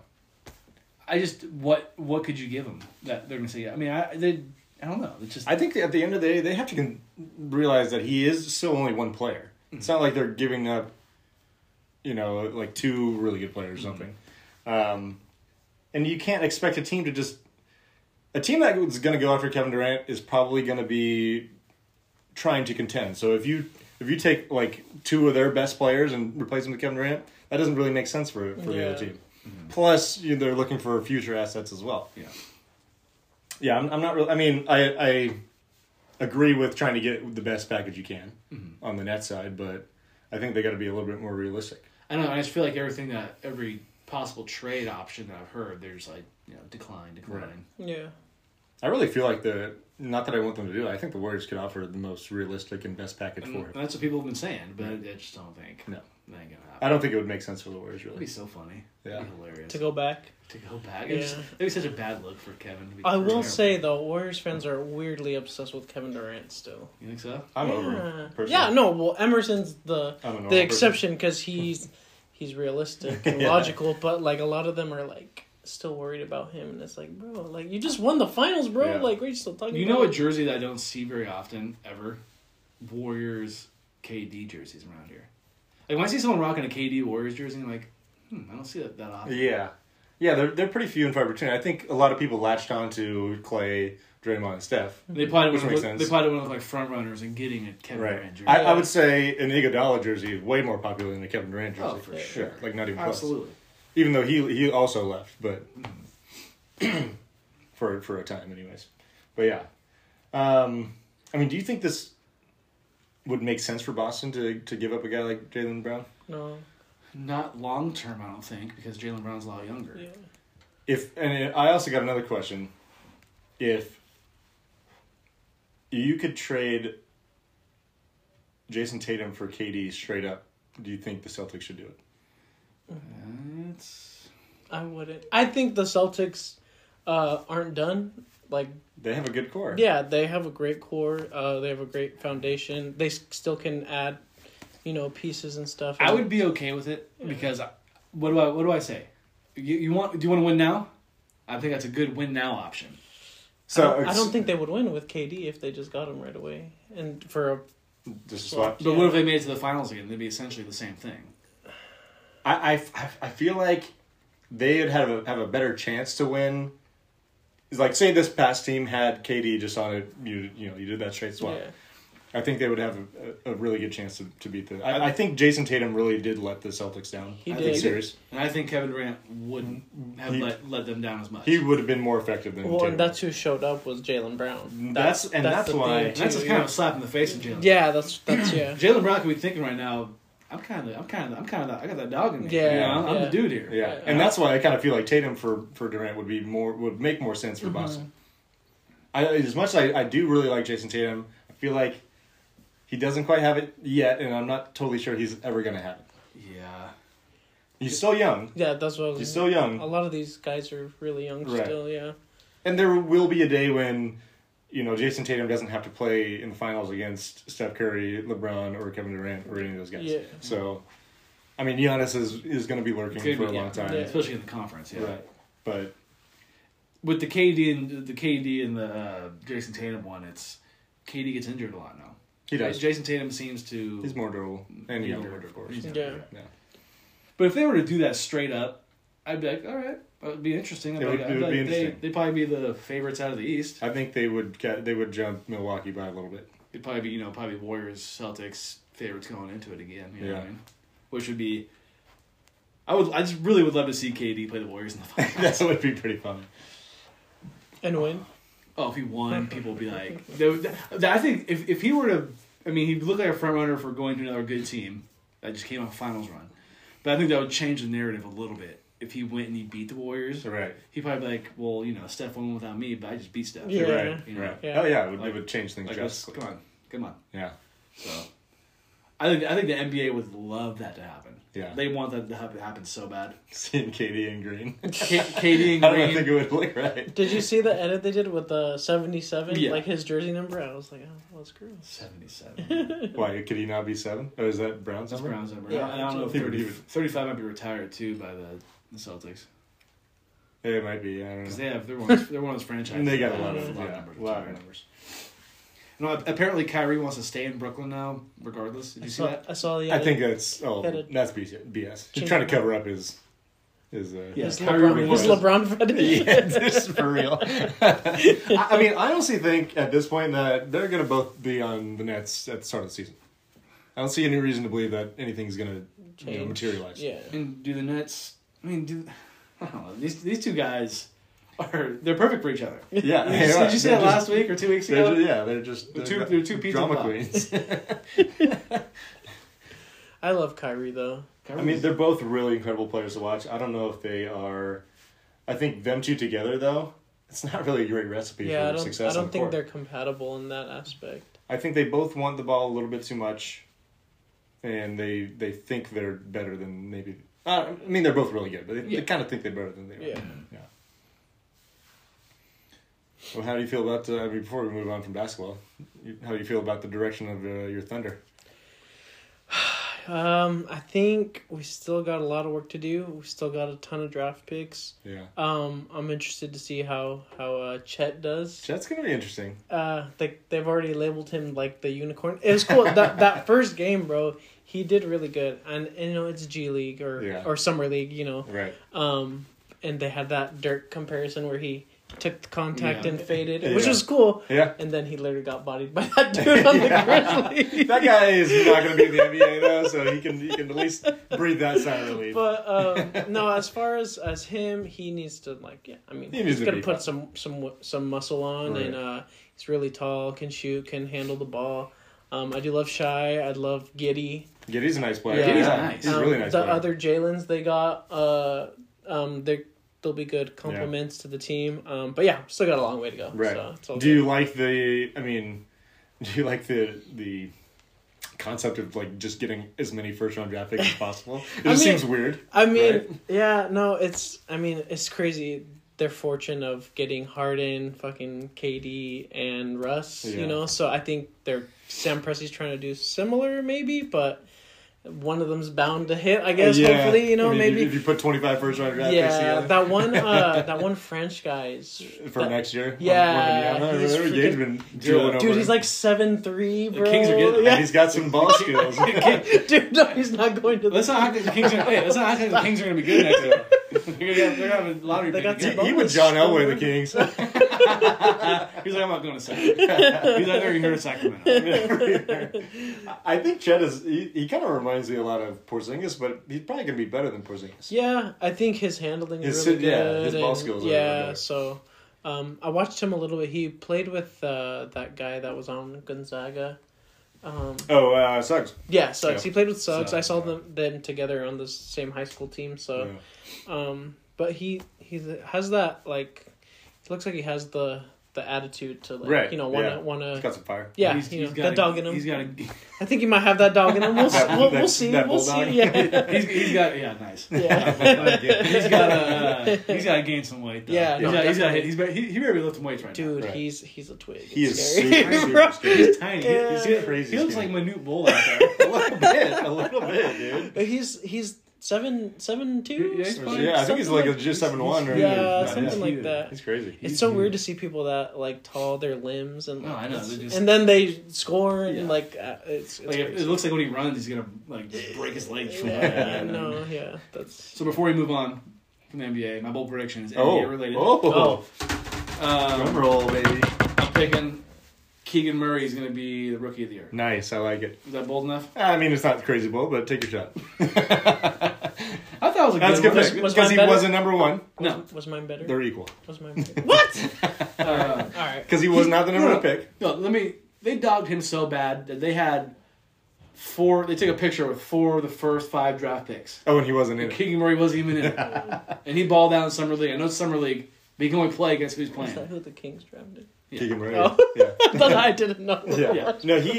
A: I just what what could you give them that they're gonna say? Yeah. I mean, I they, I don't know. It's just
C: I think that at the end of the day, they have to con- realize that he is still only one player. It's not like they're giving up, you know, like two really good players or something. Um, and you can't expect a team to just. A team that is going to go after Kevin Durant is probably going to be trying to contend. So if you if you take like two of their best players and replace them with Kevin Durant, that doesn't really make sense for for the
B: Yeah.
C: other team. Plus, you they're looking for future assets as well.
A: yeah.
C: Yeah, I'm, I'm not really. I mean, I I agree with trying to get the best package you can on the net side, but I think they got to be a little bit more realistic.
A: I don't know. I just feel like everything that every possible trade option that I've heard, there's like you know decline, decline.
C: Right.
B: Yeah.
C: I really feel like the not that I want them to do. it, I think the Warriors could offer the most realistic and best package
A: And
C: for it.
A: that's what people have been saying, but I, I just don't think.
C: No.
A: that ain't gonna happen.
C: I don't think it would make sense for the Warriors
A: That'd be
C: really.
A: so funny.
C: Yeah.
A: That'd be hilarious.
B: To go back.
A: To go back,
B: Yeah.
A: It'd just- that'd be such a bad look for Kevin. It'd be
B: I will
A: terrible.
B: say though, Warriors fans are weirdly obsessed with Kevin Durant still.
A: you think so?
C: I'm
B: yeah.
C: over them, personally.
B: Yeah, no. Well, Emerson's the
C: I'm a normal
B: the
C: person.
B: exception because he's he's realistic and
C: Yeah.
B: logical, but like a lot of them are like still worried about him, and it's like, bro, like you just won the finals, bro.
C: Yeah.
B: Like we're still talking.
A: You know a
B: about
A: jersey that I don't see very often ever? Warriors KD jerseys around here. Like when I see someone rocking a KD Warriors jersey, I'm like, hmm, I don't see that that often.
C: Yeah, yeah, they're they're pretty few and far between. I think a lot of people latched on to Clay, Draymond, and Steph.
A: They probably
C: Which
A: went with,
C: makes sense.
A: they probably went with like front runners Mm. and getting a Kevin
C: Right.
A: Durant jersey.
C: I, I would say an Iguodala jersey is way more popular than a Kevin Durant jersey.
A: Oh, for sure.
C: Like not even close.
A: Absolutely.
C: even though he he also left, but for for a time, anyways. But yeah, um, I mean, do you think this would make sense for Boston to to give up a guy like Jalen Brown?
B: no.
A: Not long term, I don't think, because Jalen Brown's a lot younger.
B: Yeah.
C: If and I also got another question. If you could trade Jason Tatum for KD straight up, do you think the Celtics should do it?
A: That's
B: I wouldn't. I think the Celtics uh, aren't done. Like,
C: They have a good core.
B: yeah, they have a great core. Uh, they have a great foundation. They s- still can add, you know, pieces and stuff.
A: I would be okay with it because I, what do I what do I say? You, you want do you want to win now? I think that's a good win now option.
C: So
B: I don't
C: it's-
B: think they would win with KD if they just got him right away. And for a
C: just a swap.
A: But what if they made it to the finals again? They'd be essentially the same thing.
C: I, I, I feel like they would have a, have a better chance to win. It's like say this past team had KD just on it. You you know you did that straight swap.
B: yeah,
C: I think they would have a, a really good chance to, to beat the. I, I think Jason Tatum really did let the Celtics down.
B: He
C: I
B: did.
C: think serious.
A: And I think Kevin Durant wouldn't have
C: He-
A: let, let them down as much.
C: He would have been more effective than.
B: well,
C: Tatum.
B: and that's who showed up was Jalen Brown.
C: that's and that's,
B: that's the
C: why.
A: and that's
B: too,
A: just kind
B: yeah.
A: of a slap in the face of Jalen.
B: Yeah, that's that's yeah.
A: Jalen Brown could be thinking right now, I'm kind of, I'm kind of, I'm kind of, I got that dog in me.
B: Yeah,
A: You know, I'm, I'm
B: yeah.
A: the dude here.
C: Yeah,
B: Yeah.
C: and that's why I kind of feel like Tatum for for Durant would be more would make more sense for Boston. I,
B: Mm-hmm.
C: as much as I, I do really like Jason Tatum, I feel like he doesn't quite have it yet, and I'm not totally sure he's ever gonna have it.
A: Yeah.
C: He's still young.
B: Yeah, that's what I was.
C: He's still
B: a
C: young,
B: lot of these guys are really young
C: Right.
B: still. Yeah,
C: and there will be a day when you know Jason Tatum doesn't have to play in the finals against Steph Curry, LeBron, or Kevin Durant, or any of those guys.
B: Yeah.
C: So, I mean, Giannis is is gonna be lurking
A: It's gonna
C: for a
A: be-
C: long
A: yeah,
C: time.
B: Yeah.
A: Especially in the conference. Yeah.
C: Right, but
A: with the KD and the KD and the uh, Jason Tatum one, it's KD gets injured a lot now.
C: he does.
A: Jason Tatum seems to
C: He's more durable and
A: be
C: younger,
A: older.
C: of course.
A: He's
B: Yeah.
A: younger,
C: Yeah.
A: But if they were to do that straight up, I'd be like, all right, that would be interesting. I'd be
C: It would-
A: like-
C: it
A: I'd be
C: would be
A: like, they,
C: interesting.
A: they'd probably be the favorites out of the East.
C: I think they would ca- they would jump Milwaukee by a little bit.
A: It'd probably be, you know, probably Warriors, Celtics favorites going into it again. You know what I
C: Yeah.
A: mean? Which would be. I would. I just really would love to see KD play the Warriors in the finals.
C: that would be pretty fun.
B: and win.
A: oh, if he won, people would be like, they would- th- I think if if he were to, I mean, he'd look like a front runner for going to another good team that just came off a finals run. But I think that would change the narrative a little bit if he went and he beat the Warriors.
C: Right.
A: He'd probably be like, well, you know, Steph won without me, but I just beat Steph.
B: Yeah.
C: Right.
A: You know,
C: Right.
B: yeah.
C: Oh yeah, it would,
A: Like-
C: it would change things
A: Like, let's,
C: drastically.
A: come on, come on.
C: Yeah.
A: So, I think I think the NBA would love that to happen.
C: Yeah.
A: They want that to hap- happen so bad.
C: Seeing KD and Green.
A: K- KD and
C: I don't think
A: Green.
C: it would look right.
B: Did you see the edit they did with the seventy seven?
A: Yeah.
B: Like his jersey number. I was like, oh, that's gross.
A: Seventy-seven.
C: Why could he not be seven? Oh, is that Brown's
A: That's
C: number?
A: Browns number.
B: Yeah.
A: I don't know if
C: He would-
A: 30,
C: he would-
A: 35 might be retired too by the, the Celtics
C: Yeah, It might be. I don't
A: because
C: know.
A: they have they're one of, they're one of those franchises.
C: And they got a
A: that
C: lot
A: have
C: of- yeah,
A: numbers,
C: a lot of
A: retired No, apparently Kyrie wants to stay in Brooklyn now, regardless. Did
B: I
A: you see
B: saw,
A: that?
B: I saw the.
C: I
B: edit.
C: think that's oh
B: Had a-
C: that's BS. BS. Just
B: Change
C: trying to
B: it.
C: cover up his his. Uh,
A: Yeah.
B: His
A: Kyrie
B: LeBron,
A: Irving
B: his
A: was-
B: LeBron Freddy.
C: yeah, this is for real. I, I mean, I honestly think at this point that they're gonna both be on the Nets at the start of the season. I don't see any reason to believe that anything's gonna you know,
B: Change.
C: materialize.
B: Yeah.
A: And do the Nets? I mean, do I don't know. These these two guys are they're perfect for each other. Did
C: yeah.
A: you,
C: you're
A: see-
C: right.
A: did you see
C: They're
A: that
C: just-
A: last week or two weeks
C: They're
A: ago?
C: ju- yeah, they're just
A: They're two- they're two pizza
C: drama
A: pop.
C: queens.
B: I love Kyrie though.
C: I mean, they're both really incredible players to watch. I don't know if they are. I think them two together though, it's not really a great recipe
B: Yeah, I
C: for
B: don't.
C: success.
B: I
C: on
B: don't
C: the
B: think
C: court.
B: they're compatible in that aspect.
C: I think they both want the ball a little bit too much, and they they think they're better than maybe. Uh, I mean, they're both really good, but they,
B: Yeah.
C: they kind of think they're better than they are.
B: Yeah.
C: Yeah. Well, how do you feel about? Uh, I mean, before we move on from basketball, you, how do you feel about the direction of uh, your Thunder?
B: Um, I think we still got a lot of work to do. We still got a ton of draft picks.
C: Yeah.
B: Um, I'm interested to see how how uh, Chet does.
C: That's gonna be interesting.
B: uh they, they've already labeled him like the unicorn it was cool that that first game bro he did really good and, and, you know it's g league or
C: Yeah.
B: or summer league you know
C: Right.
B: um and they had that dirt comparison where he took the contact
A: Yeah.
B: and faded
C: Yeah.
B: which was cool
C: Yeah.
B: and then he later got bodied by that dude on
C: Yeah.
B: the grizzly
C: That guy is not gonna be in the NBA though, so he can he can at least breathe that sigh of relief.
B: but um, no as far as as him he needs to like yeah i mean
C: He needs
B: he's
C: to
B: gonna
C: beef
B: put
C: up.
B: some some some muscle on
C: Right.
B: and uh he's really tall can shoot can handle the ball um i do love shy i love giddy
C: Giddy's a nice player.
B: Yeah. Giddy's
A: nice.
C: He's a
B: Um,
C: really nice
B: the
C: player.
B: other Jalen's they got, uh, um, they they'll be good compliments to the team. Um, but yeah, still got a long way to go.
C: Right.
B: So it's all
C: do you like the? I mean, do you like the the concept of like just getting as many first round draft picks as possible? It
B: I
C: just
B: mean-
C: seems weird.
B: I mean,
C: Right.
B: yeah, no, it's. I mean, it's crazy. Their fortune of getting Harden, fucking KD, and Russ.
C: Yeah.
B: You know, so I think they're Sam Presti's trying to do similar, maybe, but one of them's bound to hit. I guess. Hopefully, you know,
C: I mean,
B: maybe.
C: if you put twenty five first round draft picks
B: yeah,
C: together
B: that one. Uh, that one French guy is
C: for
B: that-
C: next year.
B: Yeah,
C: Wembanyama,
B: he's
C: their
B: freaking-
C: game's been drooling over
B: Dude, he's
C: him.
B: like seven three, bro.
A: Kings are getting-
C: and
B: Yeah.
C: he's got some ball skills.
B: Dude, no, he's not going to.
A: Let's
B: the
A: not act like the Kings are. Hey, let's not act like the Kings are going to be good next year. They're going to have a lottery
B: They
A: pick.
B: got
A: again.
B: some-
C: he would John Elway the Kings.
A: He's like, I'm not going to Sacramento. He's like, they're going to Sacramento.
C: I think Chet is. He, he kind of reminds me a lot of Porzingis, but he's probably gonna be better than Porzingis.
B: Yeah, I think his handling
C: His
B: is really
C: sit- yeah,
B: good.
C: his ball
B: and-
C: skills are really
B: Yeah,
C: good.
B: so um, I watched him a little bit. He played with uh, that guy that was on Gonzaga. Um,
C: Oh, uh, Suggs.
B: yeah, Suggs.
C: Yeah.
B: He played with Suggs. I
A: Suggs,
B: saw
A: yeah.
B: them them together on the same high school team. So,
C: Yeah.
B: um, but he he has that like, it looks like he has the the attitude to like
C: Right,
B: you know wanna
C: yeah.
B: wanna
C: He's got some fire.
B: yeah
A: he's,
B: you
A: he's
B: know,
A: got
B: that
A: a-
B: dog in him.
A: He's got a.
B: I think he might have that dog in him. We'll,
C: That-
B: we'll,
C: that-
B: we'll see.
C: that
B: we'll
C: bulldog.
B: see. Yeah.
A: He's, he's got yeah, nice.
B: yeah.
A: he's got uh, he's got to gain some weight. Though.
B: Yeah,
A: he's
B: no,
A: got, he's got,
B: definitely.
A: he's better, he, he better be lifting weights right
B: Dude,
C: Right.
B: he's he's a twig.
C: He
B: It's
C: is
B: scary.
C: super, super
A: now.
C: skinny.
A: He's tiny. He-
B: Yeah.
A: He's, he,
C: Crazy
A: he looks like
C: skinny.
A: Manute Bull out there.
C: a little bit, a little bit, dude.
B: But he's he's seven seven two.
A: Yeah,
B: something-
A: Fine.
C: Yeah, I think he's like
B: something
C: a just seven one right
B: Yeah,
C: now.
B: something
C: yeah.
B: like that.
C: He's crazy.
B: It's so weird to see people that like tall their limbs and
A: No, I know,
B: it's-
A: they just-
B: and then they score and
A: Yeah.
B: like uh, it's, it's
A: Like if,
B: crazy.
A: it looks like when he runs, he's gonna like just break his legs. From
B: yeah, yeah, no yeah that's
A: So before we move on from the NBA, my bold prediction is NBA
C: Oh,
A: related.
C: oh,
A: Um,
B: Oh.
C: drum roll, baby.
A: I'm picking Keegan Murray is gonna be the rookie of the year.
C: Nice, I like it.
A: Is that bold enough?
C: I mean, it's not crazy bold, but take your shot.
A: I thought it was a
C: That's
A: good.
C: good
A: one.
B: Was- was
C: because he
B: mine better?
C: wasn't number one.
B: was,
A: No.
B: was mine better
C: They're equal
B: was mine better?
A: What? uh,
B: all right
C: because he was not the number
A: no,
C: one
A: no.
C: pick.
A: No, let me. They dogged him so bad that they had four. They took a picture with four of the first five draft picks.
C: Oh, and he wasn't in
A: And
C: it.
A: Keegan Murray wasn't even in it, and he balled out in summer league. I know it's summer league, but he can only play against who he's
B: is that
A: playing.
B: who the Kings drafted
A: Yeah.
C: Keegan Murray.
B: Oh.
C: Yeah.
B: but I didn't know
C: yeah.
A: Yeah.
C: No, he.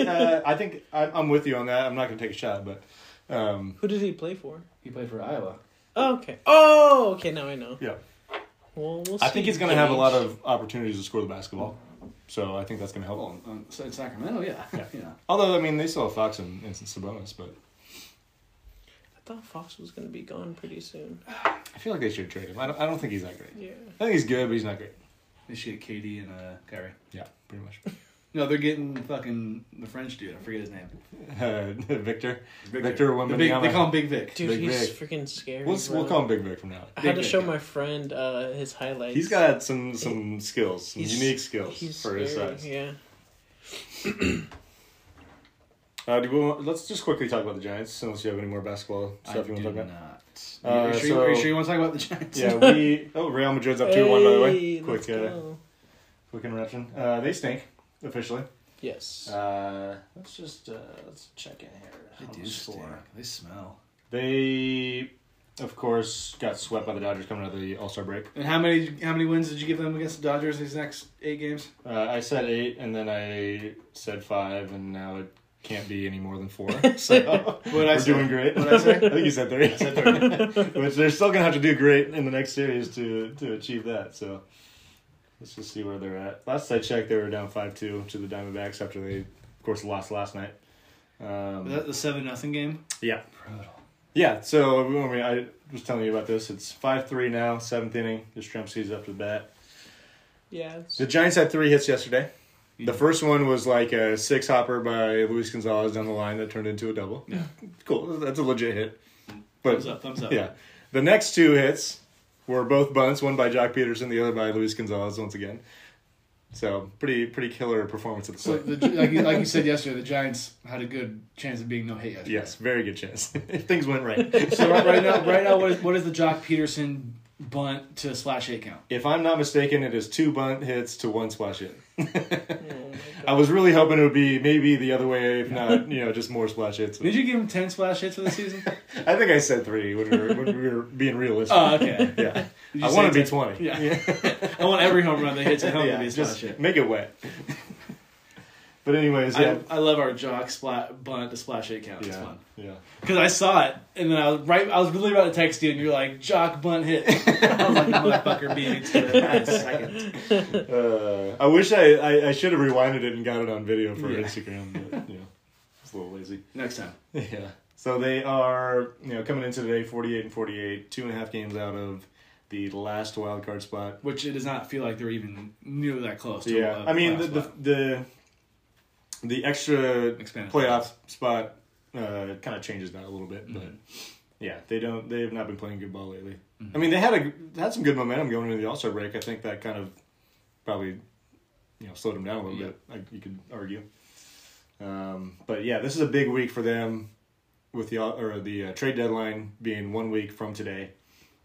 C: he uh, I think I, I'm with you on that. I'm not going to take a shot, but um,
B: who did he play for
A: He played for Iowa.
B: oh, okay oh okay now I know
C: yeah,
B: well we'll see
C: I think he's going to have a
B: Kings.
C: lot of opportunities to score the basketball, so I think that's going to help.
A: Oh, um, so in Sacramento, yeah, yeah.
C: Although, I mean, they still have Fox and, and Sabonis, but
B: I thought Fox was gonna be gone pretty soon
C: I feel like they should trade him. I don't, I don't think he's that great.
B: yeah
C: I think he's good, but he's not great.
A: They should get KD and uh, Kyrie.
C: Yeah, pretty much.
A: No, they're getting fucking the French dude. I forget his name.
C: Uh, Victor.
A: Victor,
C: Victor
A: The big, They
C: Wembanyama.
A: call him Big Vic.
B: dude
C: Big
B: he's
C: Vic.
B: freaking scary
C: We'll,
B: bro.
C: we'll call him Big Vic from now. on.
B: I had
A: Big
B: to
A: Vic.
B: show my friend uh, his highlights
C: He's got some some skills, some
B: He's-
C: unique skills
B: He's
C: for his
B: scary,
C: size.
B: yeah
C: Uh, do we want, let's just quickly talk about the Giants, unless you have any more basketball
A: I
C: stuff
A: do
C: you want to talk about.
A: not.
C: Uh,
A: are, you sure you, are you
C: so-
A: sure you want to talk about the Giants?
C: Yeah, we. Oh, Real Madrid's up two one by the way.
B: Hey, let's
C: Quick, uh,
B: go.
C: quick interruption. Uh, they stink officially.
B: yes
C: Uh, let's just uh, let's check in here.
A: They
C: How
A: do
C: much
A: stink.
C: score?
A: They smell.
C: They, of course, got swept by the Dodgers coming out of the All Star break.
A: And how many how many wins did you give them against the Dodgers these next eight games?
C: Uh, I said eight, and then I said five, and now it can't be any more than four. So
A: What I
C: we're
A: say?
C: doing great.
A: What I say?
C: I think you said three. I said three. Which they're still gonna have to do great in the next series to to achieve that. So let's just see where they're at. Last I checked, they were down five two to the Diamondbacks after they, of course, lost last night.
A: Was
C: Um,
A: that the seven nothing game.
C: yeah,
A: Brutal.
C: yeah. So I mean, I was telling you about this. It's five three now, seventh inning. This Trump sees up to the bat.
B: yeah it's-
C: The Giants had three hits yesterday. The first one was like a six hopper by Luis Gonzalez down the line that turned into a double.
A: Yeah.
C: Cool. That's a legit hit.
A: Thumbs
C: But
A: up. Thumbs up.
C: yeah. The next two hits were both bunts, one by Jock Peterson, the other by Luis Gonzalez once again. So pretty pretty killer performance at the
A: So
C: plate.
A: the, like you, like you said yesterday, the Giants had a good chance of being no hit yesterday.
C: yes, very good chance. if things went right.
A: So right, right now, right now, what is, what is the Jock Peterson bunt to slash eight count?
C: if I'm not mistaken, it is two bunt hits to one splash hit.
A: Mm-hmm.
B: oh my
C: I was really hoping it would be maybe the other way, if not, you know, just more splash hits.
A: Did you give him ten splash hits for the season?
C: I think I said three when we were, when we were being realistic.
A: oh, okay.
C: yeah.
A: Did you
C: I want to
A: say
C: be 20.
A: Yeah. I want every home run that hits at home
C: Yeah,
A: to be a
C: just
A: splash hit.
C: make it wet. but anyways, yeah.
A: I, I love our jock splat bunt to splash eight count. It's
C: yeah.
A: fun
C: Yeah.
A: because I saw it and then I was right. I was really about to text you and you're like jock bunt hit. I was like motherfucker beat me to it by a second.
C: Uh, I wish I, I, I should have rewinded it and got it on video for
A: Yeah.
C: Instagram, but you know, it's a little lazy.
A: Next time.
C: Yeah. So they are, you know, coming in today 48 and 48, two and a half games out of the last wild card spot.
A: Which it does not feel like they're even nearly that close. To
C: yeah.
A: a
C: I mean, the,
A: playoff
C: the,
A: spot.
C: the, the extra
A: Expanded
C: playoff spot uh, kind of changes that a little bit, but
A: Mm-hmm.
C: yeah, they don't. They have not been playing good ball lately.
A: Mm-hmm.
C: I mean, they had a they had some good momentum going into the All Star break. I think that kind of probably you know slowed them down a little
A: Yeah.
C: bit. I, you could argue. Um, but yeah, this is a big week for them with the au- or the uh, trade deadline being one week from today.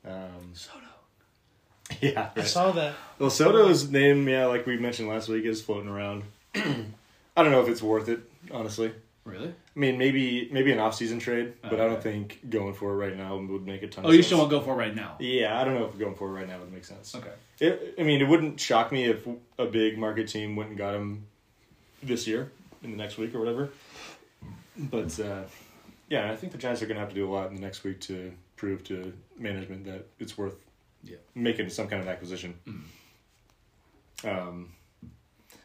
C: Um,
A: Soto.
C: yeah,
B: I
C: right.
B: saw that.
C: Well, Soto's name, yeah, like we mentioned last week, is floating around. I don't know if it's worth it, honestly.
A: Really?
C: I mean, maybe maybe an off-season trade, but I don't
A: Okay.
C: think going for it right now would make a ton.
A: Oh,
C: of
A: you
C: sense.
A: still want to go for it right now?
C: Yeah, I don't know if going for it right now would make sense.
A: Okay.
C: It, I mean, it wouldn't shock me if a big market team went and got him this year, in the next week or whatever. But uh, yeah, I think the Giants are going to have to do a lot in the next week to prove to management that it's worth
A: Yeah.
C: making some kind of acquisition.
A: Mm-hmm.
C: Um,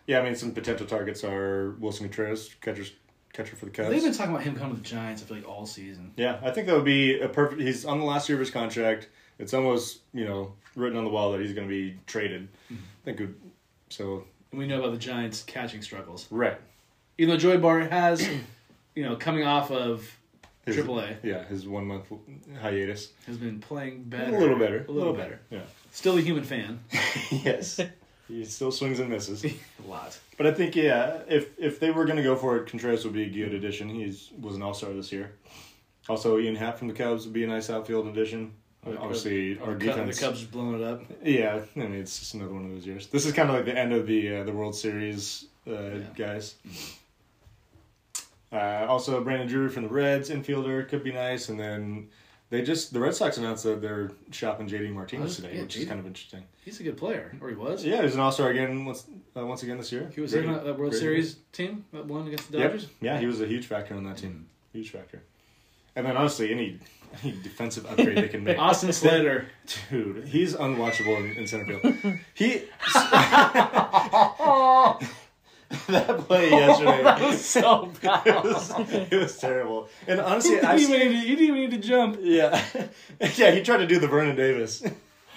C: yeah, I mean, some potential targets are Wilson Contreras, catcher's catcher for the
A: They've
C: Cubs.
A: been talking about him coming to the Giants. I feel like all season.
C: yeah, I think that would be a perfect. He's on the last year of his contract. It's almost you know written on the wall that he's going to be traded.
A: Mm-hmm.
C: I think it would, so.
A: And we know about the Giants catching struggles.
C: Right.
A: Even though Joey Bart has, you know, coming off of
C: His-
A: AAA,
C: Yeah, his one month hiatus.
A: has been playing better.
C: A little better.
A: A little better.
C: Yeah.
A: Still a human fan.
C: yes. He still swings and misses.
A: a lot.
C: But I think yeah, if if they were gonna go for it, Contreras would be a good addition. He's was an all star this year. Also, Ian Happ from the Cubs would be a nice outfield addition. Obviously, our
A: The Cubs,
C: defense.
A: the Cubs blowing it up.
C: Yeah, I mean it's just another one of those years. This is kind of like the end of the uh, the World Series uh, guys. Uh, also, Brandon Drury from the Reds, infielder, could be nice. And then they just the Red Sox announced that they're shopping JD Martinez
A: Oh,
C: today,
A: yeah,
C: which is
A: JD.
C: kind of interesting.
A: He's a good player, or he was.
C: Yeah, he was an All Star again once uh, once again this year.
A: He was
C: Great-
A: in that, that World
C: great-
A: Series team that won against the
C: Yep.
A: Dodgers. Mm.
C: Yeah, he was a huge factor on that team. Huge factor. And then honestly, any any defensive upgrade they can make.
A: Austin Slater.
C: Dude, he's unwatchable in, in center field. He that play yesterday.
A: Oh, so bad.
C: it, was, it was terrible. And honestly,
A: You
C: I
A: didn't, even need to, you didn't even need to jump.
C: yeah, yeah. He tried to do the Vernon Davis.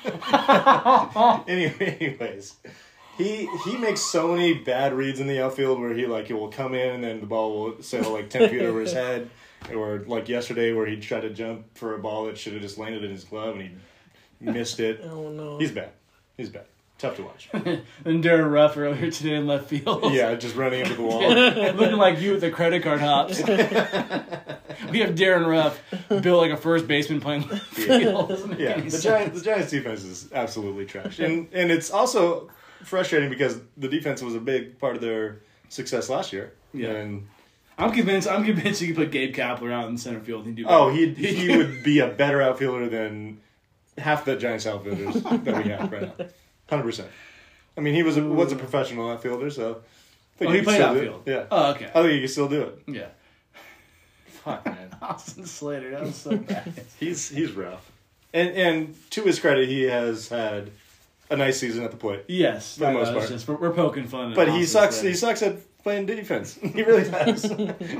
C: anyway, anyways, he he makes so many bad reads in the outfield where he like he will come in and then the ball will sail like ten feet over his head, or like yesterday where he tried to jump for a ball that should have just landed in his glove and he missed it.
B: Oh no.
C: He's bad. He's bad. Tough to watch.
A: And Darren Ruff earlier today in left field.
C: yeah, just running into the wall.
A: Looking like you with the credit card hops. we have Darren Ruff built like a first baseman playing left field.
C: Yeah, the Giants, the Giants defense is absolutely trash, and and it's also frustrating because the defense was a big part of their success last year.
A: Yeah.
C: And
A: I'm convinced. I'm convinced you can put Gabe Kapler out in center field and do. better.
C: oh, he he would be a better outfielder than half the Giants outfielders that we have right now, hundred percent. I mean, he was a, was a professional outfielder, so. I think
A: Oh, he
C: could
A: played
C: still do
A: outfield.
C: it. Yeah. Uh,
A: Oh, okay.
C: I think he can still do it.
A: yeah.
C: Fuck man.
A: Austin Slater. That was so bad.
C: He's he's rough. And and to his credit, he has had a nice season at the plate.
A: yes,
C: For the
A: no,
C: most
A: it's
C: part.
A: just- we're, we're poking fun. at
C: But he
A: Austin
C: sucks.
A: Slater.
C: He sucks at playing defense. He really does.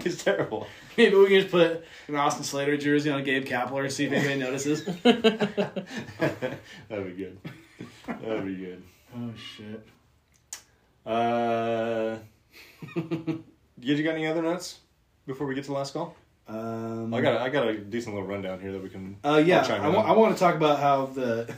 C: He's terrible.
A: Maybe we can just put an Austin Slater jersey on Gabe Kapler and see if anybody notices.
C: That'd be good. That'd be good.
A: Oh shit.
C: Uh, did you got any other notes before we get to the last call?
A: Um,
C: I got a, I got a decent little rundown here that we can.
A: Uh, yeah,
C: I'll chime
A: I
C: in.
A: wa- I want to talk about how the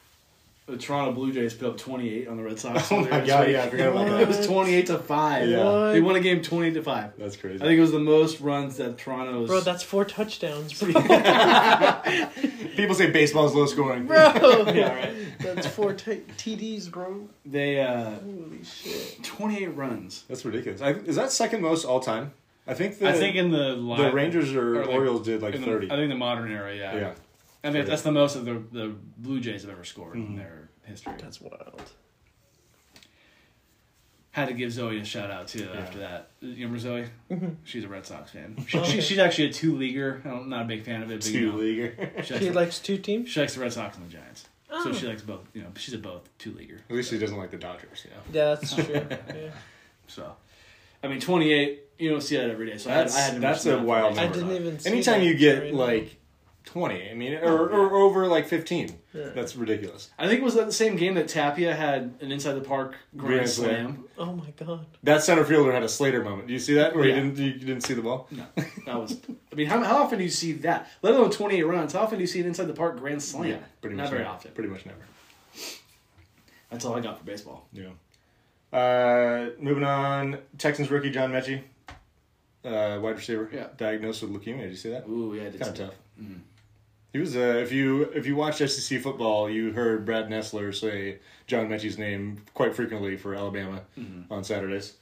A: the Toronto Blue Jays put up 28 on the Red Sox.
C: Oh my
A: earlier this
C: God,
A: week.
C: yeah, I forgot about
A: It
B: that.
A: was 28 to 5.
C: Yeah.
B: What?
A: They won a game 28 to 5.
C: That's
A: I
C: crazy.
A: think it was the most runs that Toronto's.
B: Bro, that's four touchdowns, bro.
C: People say baseball's low scoring.
A: yeah, right.
B: That's four t- TDs, bro.
A: They uh,
B: Holy shit.
A: 28 runs.
C: That's ridiculous. I, is that second most all time? I think the
A: I think in the
C: the Rangers or,
A: or like-
C: Orioles did like
A: in the-
C: thirty.
A: I think the modern era, yeah.
C: yeah,
A: I think that's the most of the the Blue Jays have ever scored
C: Mm-hmm.
A: in their history.
B: That's wild.
A: Had to give Zoe a shout out too.
C: Yeah.
A: After that, you remember Zoe?
B: Mm-hmm.
A: She's a Red Sox
B: Oh,
A: fan. She, she, she's actually a two leaguer. I'm not a big fan of it. But,
C: two
A: you know,
C: leaguer.
A: She likes,
B: He likes two teams?
A: she likes the Red Sox and the Giants, so
B: Oh.
A: she likes both. You know, she's a both two leaguer.
C: At least he doesn't like the Dodgers. Yeah.
B: Yeah, that's true. Yeah.
A: So, I mean, 28. You don't see that every day. So I had-
C: That's-
A: I had, to
C: that's
A: mention
C: a
A: that.
C: wild
B: I
C: number.
B: didn't even see
C: Anytime
B: that
C: you get
B: right now.
C: like twenty, I mean, or,
A: Oh,
C: or over like fifteen,
B: Yeah.
C: that's ridiculous.
A: I think it was that the same game that Tapia had an inside the park grand,
C: Grand
A: slam.
C: slam.
B: Oh my god.
C: That center fielder had a Slater moment. Do you see that? Where
A: Yeah.
C: you didn't you didn't see the ball?
A: No, that was. I mean, how, how often do you see that? Let alone 28 runs. How often do you see an inside the park grand slam?
C: pretty
A: Oh, Not
C: much
A: very
C: never.
A: often.
C: Pretty much never.
A: That's all I got for baseball.
C: Yeah. Uh, moving on, Texans rookie John Mechie, uh, wide receiver,
A: Yeah.
C: diagnosed with leukemia. Did you see that?
A: Ooh, yeah, I did
C: Kind of
A: see
C: tough.
A: Mm-hmm.
C: He was. Uh, if you if you watched SEC football, you heard Brad Nessler say John Mechie's name quite frequently for Alabama
A: Mm-hmm.
C: on Saturdays.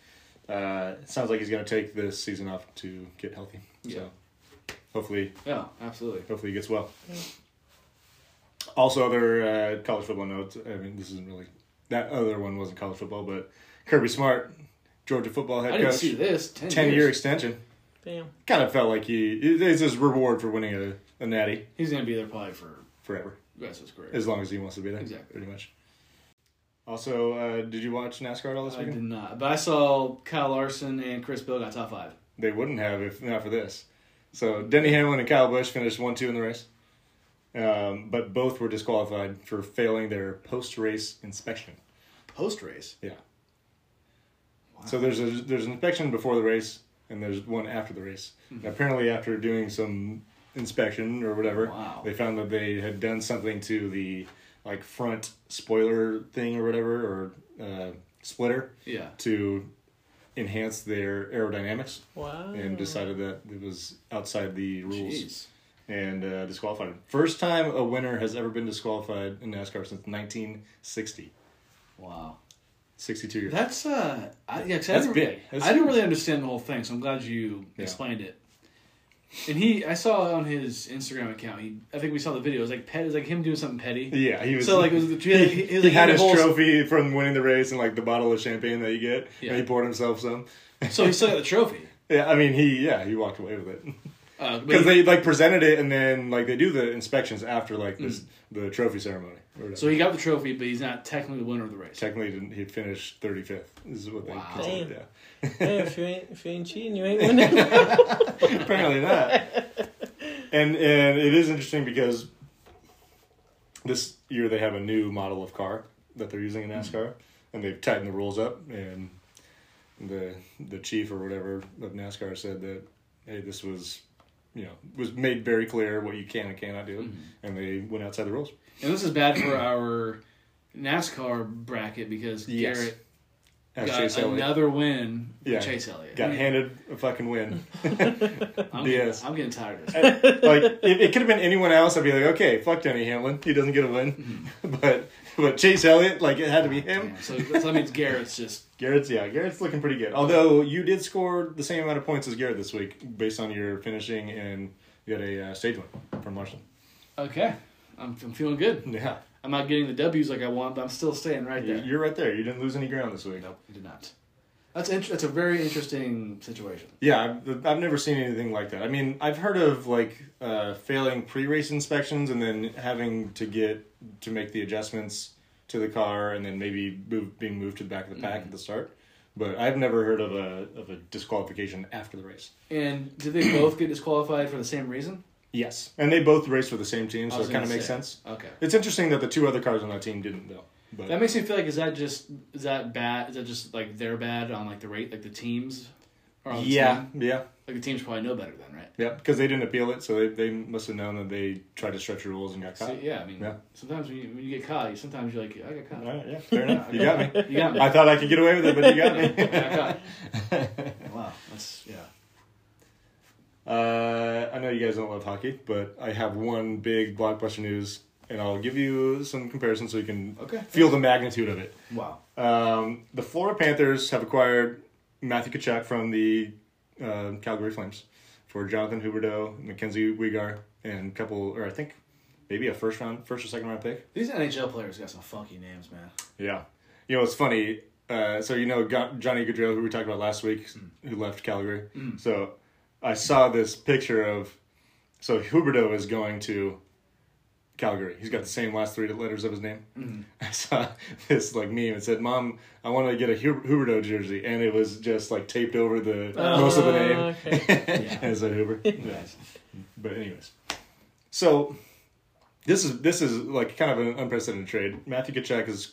C: Uh, it sounds like he's going to take this season off to get healthy.
A: Yeah.
C: So hopefully,
A: that. Yeah, absolutely.
C: hopefully he gets well. Also, other uh, college football notes. I mean, this isn't really that other one wasn't college football, but Kirby Smart, Georgia football head
A: I didn't
C: coach,
A: see this. 10,
C: ten
A: years.
C: year extension.
B: Bam.
C: Kind of felt like he it's his reward for winning a, a natty
A: He's going to be there probably for
C: forever.
A: the rest of his career.
C: As long as he wants to be there.
A: Exactly.
C: Pretty much. Also, uh, did you watch NASCAR at all this
A: I
C: weekend?
A: did not. But I saw Kyle Larson and Chris Bill got top five.
C: They wouldn't have if not for this. So Denny Hamlin and Kyle Busch finished one two in the race, um, but both were disqualified for failing their post race inspection.
A: Post race.
C: Yeah. So there's a there's an inspection before the race and there's one after the race.
A: Mm-hmm.
C: And apparently, after doing some inspection or whatever,
A: Wow.
C: they found that they had done something to the like front spoiler thing or whatever or uh, splitter
A: Yeah.
C: to enhance their aerodynamics
B: Wow.
C: and decided that it was outside the rules
A: Oh. Jeez.
C: and uh, disqualified him. First time a winner has ever been disqualified in NASCAR since 1960.
A: Wow.
C: 62 years.
A: That's uh, I, yeah, 'cause I
C: That's
A: didn't-
C: big. That's-
A: I didn't really understand the whole thing, so I'm glad you
C: Yeah.
A: explained it. And he, I saw on his Instagram account. He, I think we saw the video. It was like pet, it was like him doing something petty.
C: Yeah, he was.
A: So, like, it was the- he- he was, like,
C: had
A: in a
C: his
A: whole-
C: trophy from winning the race and like the bottle of champagne that you get,
A: Yeah.
C: and he poured himself some.
A: So he still got the trophy.
C: Yeah, I mean he yeah he walked away with it
A: Uh, but
C: because
A: he-
C: they like presented it and then like they do the inspections after like this the trophy ceremony. Or whatever.
A: Mm. so he got the trophy, but he's not technically the winner of the race.
C: technically didn't, he finished thirty fifth. Is what
A: Wow.
C: they considered.
B: Hey, if you ain't if you ain't cheating, you ain't winning.
C: Yeah, apparently not. And and it is interesting because this year they have a new model of car that they're using in NASCAR, and they've tightened the rules up. And the the chief or whatever of NASCAR said that hey, this was you know was made very clear what you can and cannot do, and they went outside the rules.
A: And this is bad for our NASCAR bracket because
C: Yes.
A: Garrett
C: As
A: got
C: Chase Elliott
A: another win. with
C: Yeah.
A: Chase Elliott.
C: got handed a fucking win.
A: I'm,
C: Diaz.
A: getting, I'm getting tired of this.
C: like it, it could have been anyone else, I'd be like, okay, fuck Denny Hamlin, he doesn't get a win. but but Chase Elliott, like it had to be him.
A: Damn. So, so that means Garrett's just
C: Garrett's yeah, Garrett's looking pretty good. Although you did score the same amount of points as Garrett this week, based on your finishing and you got a uh, stage win from Marshall.
A: okay. I'm, I'm feeling good.
C: Yeah,
A: I'm not getting the W's like I want, but I'm still staying right
C: You-
A: there.
C: you're right there. You didn't lose any ground this week.
A: Nope, I did not. That's int- that's a very interesting situation.
C: Yeah, I've, I've never seen anything like that. I mean, I've heard of like uh, failing pre-race inspections and then having to get to make the adjustments to the car and then maybe move, being moved to the back of the
A: Mm-hmm.
C: pack at the start. But I've never heard of a of a disqualification after the race.
A: And did they both get disqualified for the same reason?
C: Yes, and they both raced for the same team,
A: I
C: so
A: was
C: it kind
A: gonna
C: of makes
A: say.
C: sense.
A: Okay,
C: It's interesting that the two other cars on that team didn't though. But
A: that makes me feel like is that just is that bad? Is that just like they're bad on like the rate like the teams? Or on the
C: yeah,
A: team?
C: yeah,
A: like the teams probably know better then, right?
C: yeah, because they didn't appeal it, so they they must have known that they tried to stretch the rules and got caught.
A: So, yeah, I mean,
C: Yeah.
A: sometimes when you, when you get caught, you, sometimes you're like, I got
C: All
A: caught.
C: right, yeah, fair enough. You got me.
A: You got me.
C: I thought I could get away with it, but you got me.
A: I got caught. wow, that's yeah.
C: Uh, I know you guys don't love hockey, but I have one big blockbuster news, and I'll give you some comparisons so you can
A: Okay.
C: feel the magnitude of it.
A: Wow.
C: Um, the Florida Panthers have acquired Matthew Kachuk from the uh, Calgary Flames for Jonathan Huberdeau, Mackenzie Wegar, and a couple, or I think maybe a first round, first or second round pick.
A: These NHL players got some funky names, man.
C: Yeah. You know, it's funny. Uh, so, you know, Go- Johnny Gaudreau, who we talked about last week, who left Calgary. So I saw this picture of. So Huberto is going to Calgary. He's got the same last three letters of his name. I saw this like meme. It said, "Mom, I want to get a Hu- Huberto jersey," and it was just like taped over the
B: Oh,
C: most of the name.
B: okay.
A: Yeah.
C: and it said Huber. Yeah.
A: Nice.
C: But anyways, so this is this is like kind of an unprecedented trade. Matthew Kachuk is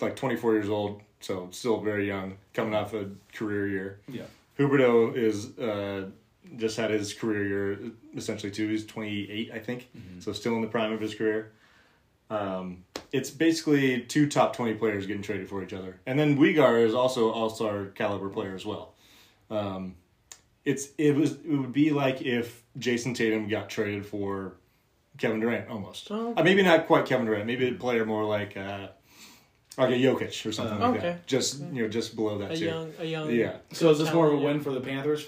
C: like 24 years old, so still very young, coming off a career year.
A: Yeah.
C: Huberto is uh, just had his career year essentially too. He's 28, I think, so still in the prime of his career. Um, it's basically two top 20 players getting traded for each other, and then Uyghur is also all star caliber player as well. Um, it's it was it would be like if Jason Tatum got traded for Kevin Durant almost.
B: Oh.
C: Uh, maybe not quite Kevin Durant. Maybe a player more like uh, like a Jokic or something like
B: Okay.
C: that. Just you know, just below that
B: A
C: too.
B: young, a young.
C: yeah.
A: So is this more of a win for the Panthers?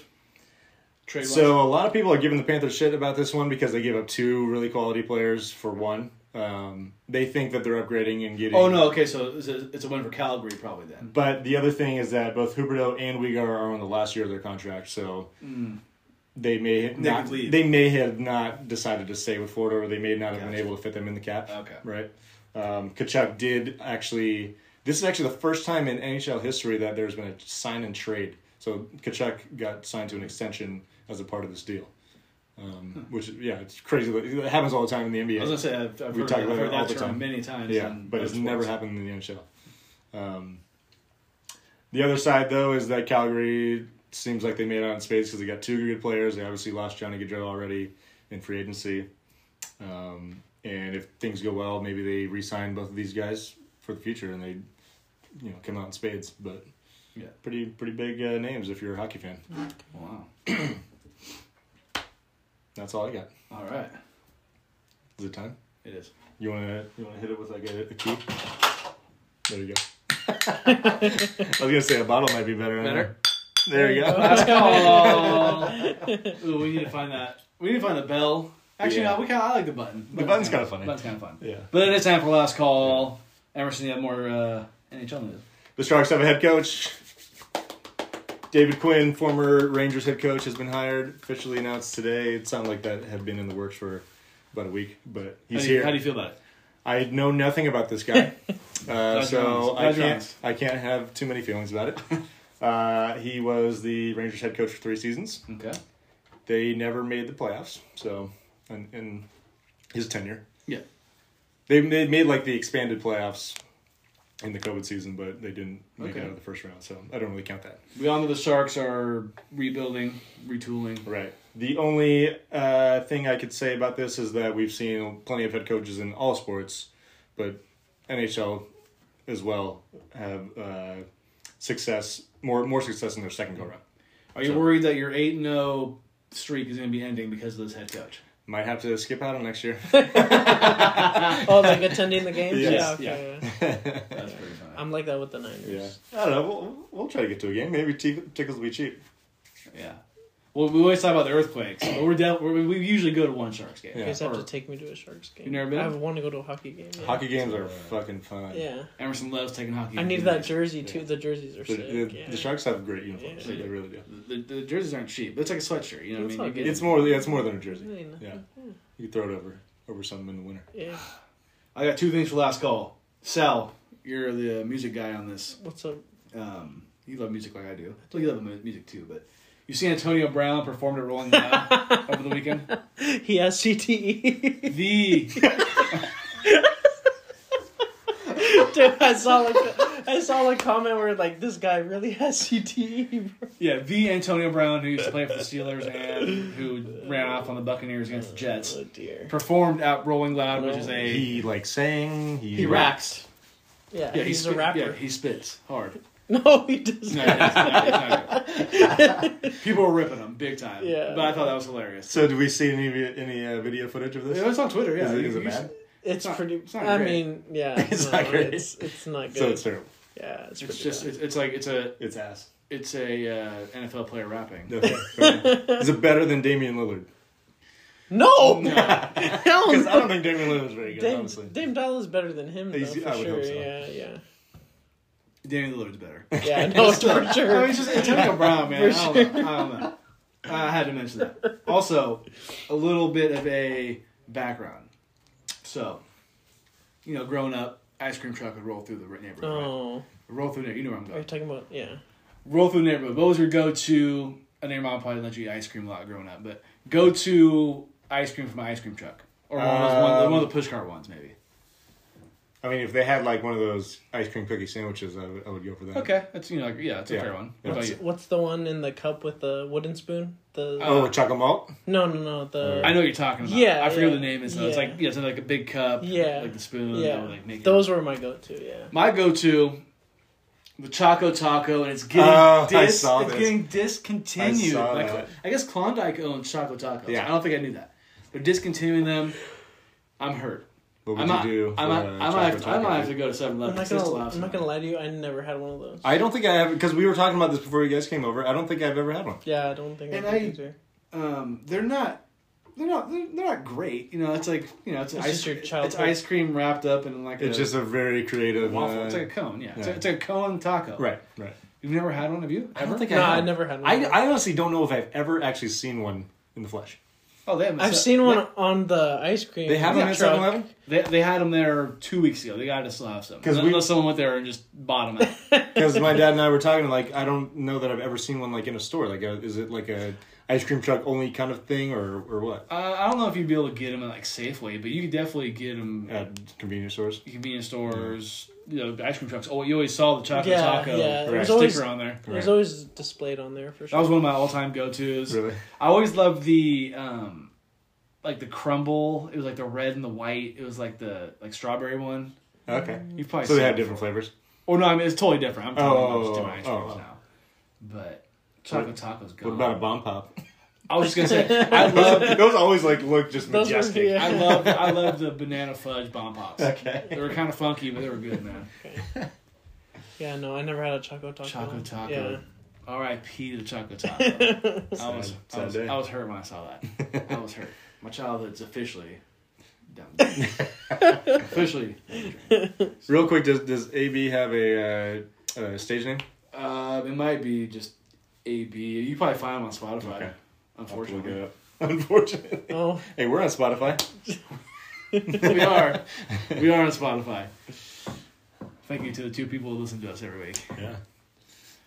A: Trade
C: So a lot of people are giving the Panthers shit about this one because they gave up two really quality players for one. Um, they think that they're upgrading and getting.
A: Oh no. Okay. So it's a, it's a win for Calgary probably then.
C: But the other thing is that both Huberto and Uyghur are on the last year of their contract, so
A: Mm-hmm.
C: they may not,
A: could leave.
C: they may have not decided to stay with Florida, or they may not have been
A: Gotcha.
C: able to fit them in the cap.
A: Okay.
C: right. Um, Kachuk did actually. This is actually the first time in NHL history that there's been a sign and trade So Kachuk got signed to an extension as a part of this deal. Um, Which yeah, it's crazy. that- It happens all the time in the NBA.
A: I was gonna say I've, I've
C: We
A: heard,
C: talk
A: that- I've
C: about it
A: heard
C: all
A: that
C: the
A: term
C: time.
A: many times.
C: Yeah,
A: in
C: but
A: other
C: it's never
A: sports.
C: happened in the NHL. Um, the other side, though, is that Calgary seems like they made out in space because they got two good players. They obviously lost Johnny Gaudreau already in free agency. Um, and if things go well, maybe they re-sign both of these guys for the future and they, you know, come out in spades. But
A: Yeah.
C: pretty pretty big uh, names if you're a hockey fan.
A: Wow.
C: That's all I got.
A: All right.
C: Is it time?
A: It is.
C: You wanna you wanna hit it with like a, a key? There you go. I was gonna say a bottle might be better. than
A: Better?
C: that. There you go.
A: Last
B: Oh.
A: call. Ooh, we need to find that. We need to find the bell. Actually,
C: Yeah.
A: no, we kind of I like the button.
C: The button's kinda funny.
A: Button's kind of fun.
C: yeah.
A: But it is time for last call. Emerson, you have more uh, NHL news.
C: The Sharks have a head coach. David Quinn, former Rangers head coach, has been hired. Officially announced today. It sounded like that had been in the works for about a week, but he's
A: how do you,
C: here.
A: How do you feel about it?
C: I know nothing about this guy, uh,
A: Glad you're
C: so
A: honest.
C: I
A: Glad you're
C: can't.
A: honest.
C: I can't have too many feelings about it. Uh, he was the Rangers head coach for three seasons.
A: Okay.
C: they never made the playoffs. So, in, in his tenure,
A: Yeah.
C: they made, made like the expanded playoffs in the COVID season, but they didn't make it
A: Okay.
C: out of the first round. So I don't really count that.
A: We all know the Sharks are rebuilding, retooling.
C: Right. The only uh, thing I could say about this is that we've seen plenty of head coaches in all sports, but NHL as well have uh, success more more success in their second go round.
A: Are you
C: So-
A: worried that your 8 0 streak is going to be ending because of this head coach?
C: Might have to skip out on next year.
B: Oh, like attending the games.
C: Yes,
B: Yeah, okay.
A: That's pretty funny.
B: I'm like that with the
C: Yeah,
B: Niners.
C: I don't know. We'll, we'll try to get to a game. Maybe t- tickets will be cheap.
A: Yeah. Well, we always talk about the earthquakes, but we're, def- we're we usually go to one Sharks game.
C: Yeah.
B: You guys have
A: Or-
B: to take me to a Sharks game.
A: You've never been?
B: I want to go to a hockey game. Yeah.
C: Hockey games are fucking fun.
B: Yeah.
A: Emerson loves taking hockey.
B: I need
A: games.
B: that jersey too.
C: Yeah.
B: The jerseys are
C: The,
B: sick.
C: the,
B: yeah.
C: the Sharks have great uniforms.
B: Yeah.
C: They really do.
A: The, the jerseys aren't cheap, but it's like a sweatshirt. You know
B: That's
A: what I
B: not
A: mean? You
B: good.
A: get-
C: It's more. Yeah, it's more than a
B: I
C: jersey.
B: mean,
C: Yeah, you can throw it over over something in the winter.
B: yeah.
A: I got two things for last call. Sal, you're the music guy on this.
B: What's up?
A: Um, you love music like I do. I think you love mu- music too, but you see Antonio Brown performed at Rolling Loud over the weekend.
B: He has E. CTE.
A: The
B: Dude, I saw like the- I saw a comment where like this guy really has CTE. Bro.
A: yeah, the Antonio Brown who used to play for the Steelers and who ran off on the Buccaneers against the Jets
B: Oh dear.
A: performed at Rolling Loud, which is a
C: He like sang. He,
A: he raps.
B: Yeah,
A: Yeah, he
B: he's a
A: spit-
B: rapper.
A: Yeah, he spits hard.
B: No, he doesn't.
A: No, it's not- it's not good. People were ripping him big time.
B: Yeah.
A: But I thought that was hilarious.
C: So, do we see any vi- any uh, video footage of this?
A: It was on Twitter, yeah.
C: Is it-
A: You-
C: is it
A: you-
C: bad?
B: It's
A: not-
B: pretty.
A: it's not
B: I
A: great.
B: mean, yeah,
C: It's
B: no,
C: not great.
B: It's, it's not good.
C: So it's terrible.
B: yeah,
A: It's
B: it's, pretty
A: just
B: bad.
A: it's, it's like it's a
C: It's ass.
A: it's a uh, NFL player rapping.
C: Okay, fair enough. is it better than Damian Lillard?
B: no.
A: No.
B: Hell
C: Because I
B: no.
C: don't think Damian Lillard's very good.
B: Dame,
C: honestly,
B: Dame Dolla's better than him though,
C: He's-
B: for
C: I would
B: sure.
C: hope so.
B: Yeah, yeah,
A: Damian Lillard's better.
B: yeah. No, Oh, for
A: I mean,
B: sure.
A: it's just Antonio Brown, man.
B: For
A: I don't know. I don't know. I had to mention that. Also, a little bit of a background. So, you know, growing up, ice cream truck would roll through the neighborhood. right?
B: Oh,
A: Roll through there. You know where I'm
B: are you
A: going.
B: talking about? Yeah,
A: Roll through the neighborhood. What was your go-to? I know your mom probably let you eat ice cream a lot growing up, but go-to ice cream from an ice cream truck, or one, of those, one,
C: Um,
A: one of the push cart ones, maybe.
C: I mean, if they had like one of those ice cream cookie sandwiches, I would, I would go for that.
A: Okay, that's you know, like, yeah, it's a
C: Hmm. Yeah.
A: fair one.
C: Oh, Yeah.
A: What about you?
B: what's the one in the cup with the wooden spoon? The
C: Oh, chocolate malt.
B: no, no, no. The
A: I know what you're talking about.
B: Yeah,
A: I forget
B: yeah,
A: what the name is. Though. It's
B: yeah.
A: like yeah, it's like a big cup.
B: Yeah.
A: like the spoon.
B: yeah,
A: or like making
B: those were my go-to. Yeah,
A: My go-to, the Choco Taco, and it's getting
C: Oh, I
A: dis-
C: saw
A: it's
C: this.
A: getting discontinued.
C: I saw
A: Like,
C: that.
A: I guess Klondike owns Choco Tacos.
C: Yeah.
A: I don't think I knew that. They're discontinuing them. I'm hurt.
C: What
A: I
C: would
A: might,
C: you do?
A: I
C: for
A: might,
C: a
A: I might, have
C: chocolate
A: to, I might
C: taco?
A: have to go to Seven
B: I'm
A: Eleven.
B: not gonna. I'm not gonna lie to you. I never had one of those.
C: I don't think I have because we were talking about this before you guys came over. I don't think I've ever had one.
B: yeah, I don't think.
A: And
B: I, did
A: I-
B: either.
A: um, they're not they're not they're, they're not great. You know, it's like you know, it's,
B: It's
A: ice
B: just your
A: it's
B: childhood.
A: ice cream wrapped up in like
C: It's
A: a
C: just a very creative
A: waffle.
C: uh,
A: it's like a cone. Yeah, It's, a,
C: yeah.
A: it's a cone taco.
C: right, right.
A: You've never had one, have you?
C: I don't think
B: no,
C: I have.
B: I never had one.
C: I, I honestly don't know if I've ever actually seen one in the flesh.
A: Oh, they haven't.
B: I've
A: se-
B: seen one on the ice cream.
C: They have them in
B: truck.
C: 7 Eleven?
A: They, they had them there two weeks ago. They got us to have some.
C: 'Cause
A: Because
C: we-
A: unless someone went there and just bought them. Out.
C: Because my dad and I were talking, like, I don't know that I've ever seen one, like, in a store. Like, a, is it like a ice cream truck only kind of thing or, or what?
A: uh, I don't know if you'd be able to get them at like Safeway, but you could definitely get them at
C: At convenience stores?
A: convenience stores. You know, ice cream trucks. Oh, you always saw the chocolate
B: Yeah,
A: taco
B: yeah.
C: There's
A: sticker
B: always-
A: on there.
B: It was always displayed on there for
A: That
B: sure.
C: Oh.
A: was one of my all-time go-tos.
C: Really?
A: I always loved the um, like the crumble. It was like the red and the white. It was like the like strawberry one.
C: Okay.
A: You probably
C: So they
A: seen
C: had
A: it
C: different flavors.
A: Oh no, I mean it's totally different. I'm talking about just
C: Oh,
A: doing ice
C: oh,
A: creams
C: oh.
A: now. But chocolate tacos go.
C: What about a bomb pop?
A: I was just gonna say I love
C: Those always, like, look just
B: Those were-
C: majestic.
B: yeah.
A: I love I love the banana fudge bomb pops.
C: Okay.
A: They were kind of funky, but they were good, man.
B: yeah, no, I never had a choco taco.
A: Choco taco.
B: Yeah.
A: R.I.P. to choco taco. I was I
C: Sad
A: was,
C: day.
A: I was hurt when I saw that. I was hurt. My childhood's officially done. officially.
C: Real quick, does, does AB have a uh, uh, stage name?
A: Uh, it might be just A B. You probably find them on Spotify.
C: Okay. I'll have to look
A: Unfortunately,
C: it up. Unfortunately.
B: Oh,
C: Hey, we're on Spotify.
A: we are we are on Spotify. Thank you to the two people who listen to us every week.
C: Yeah.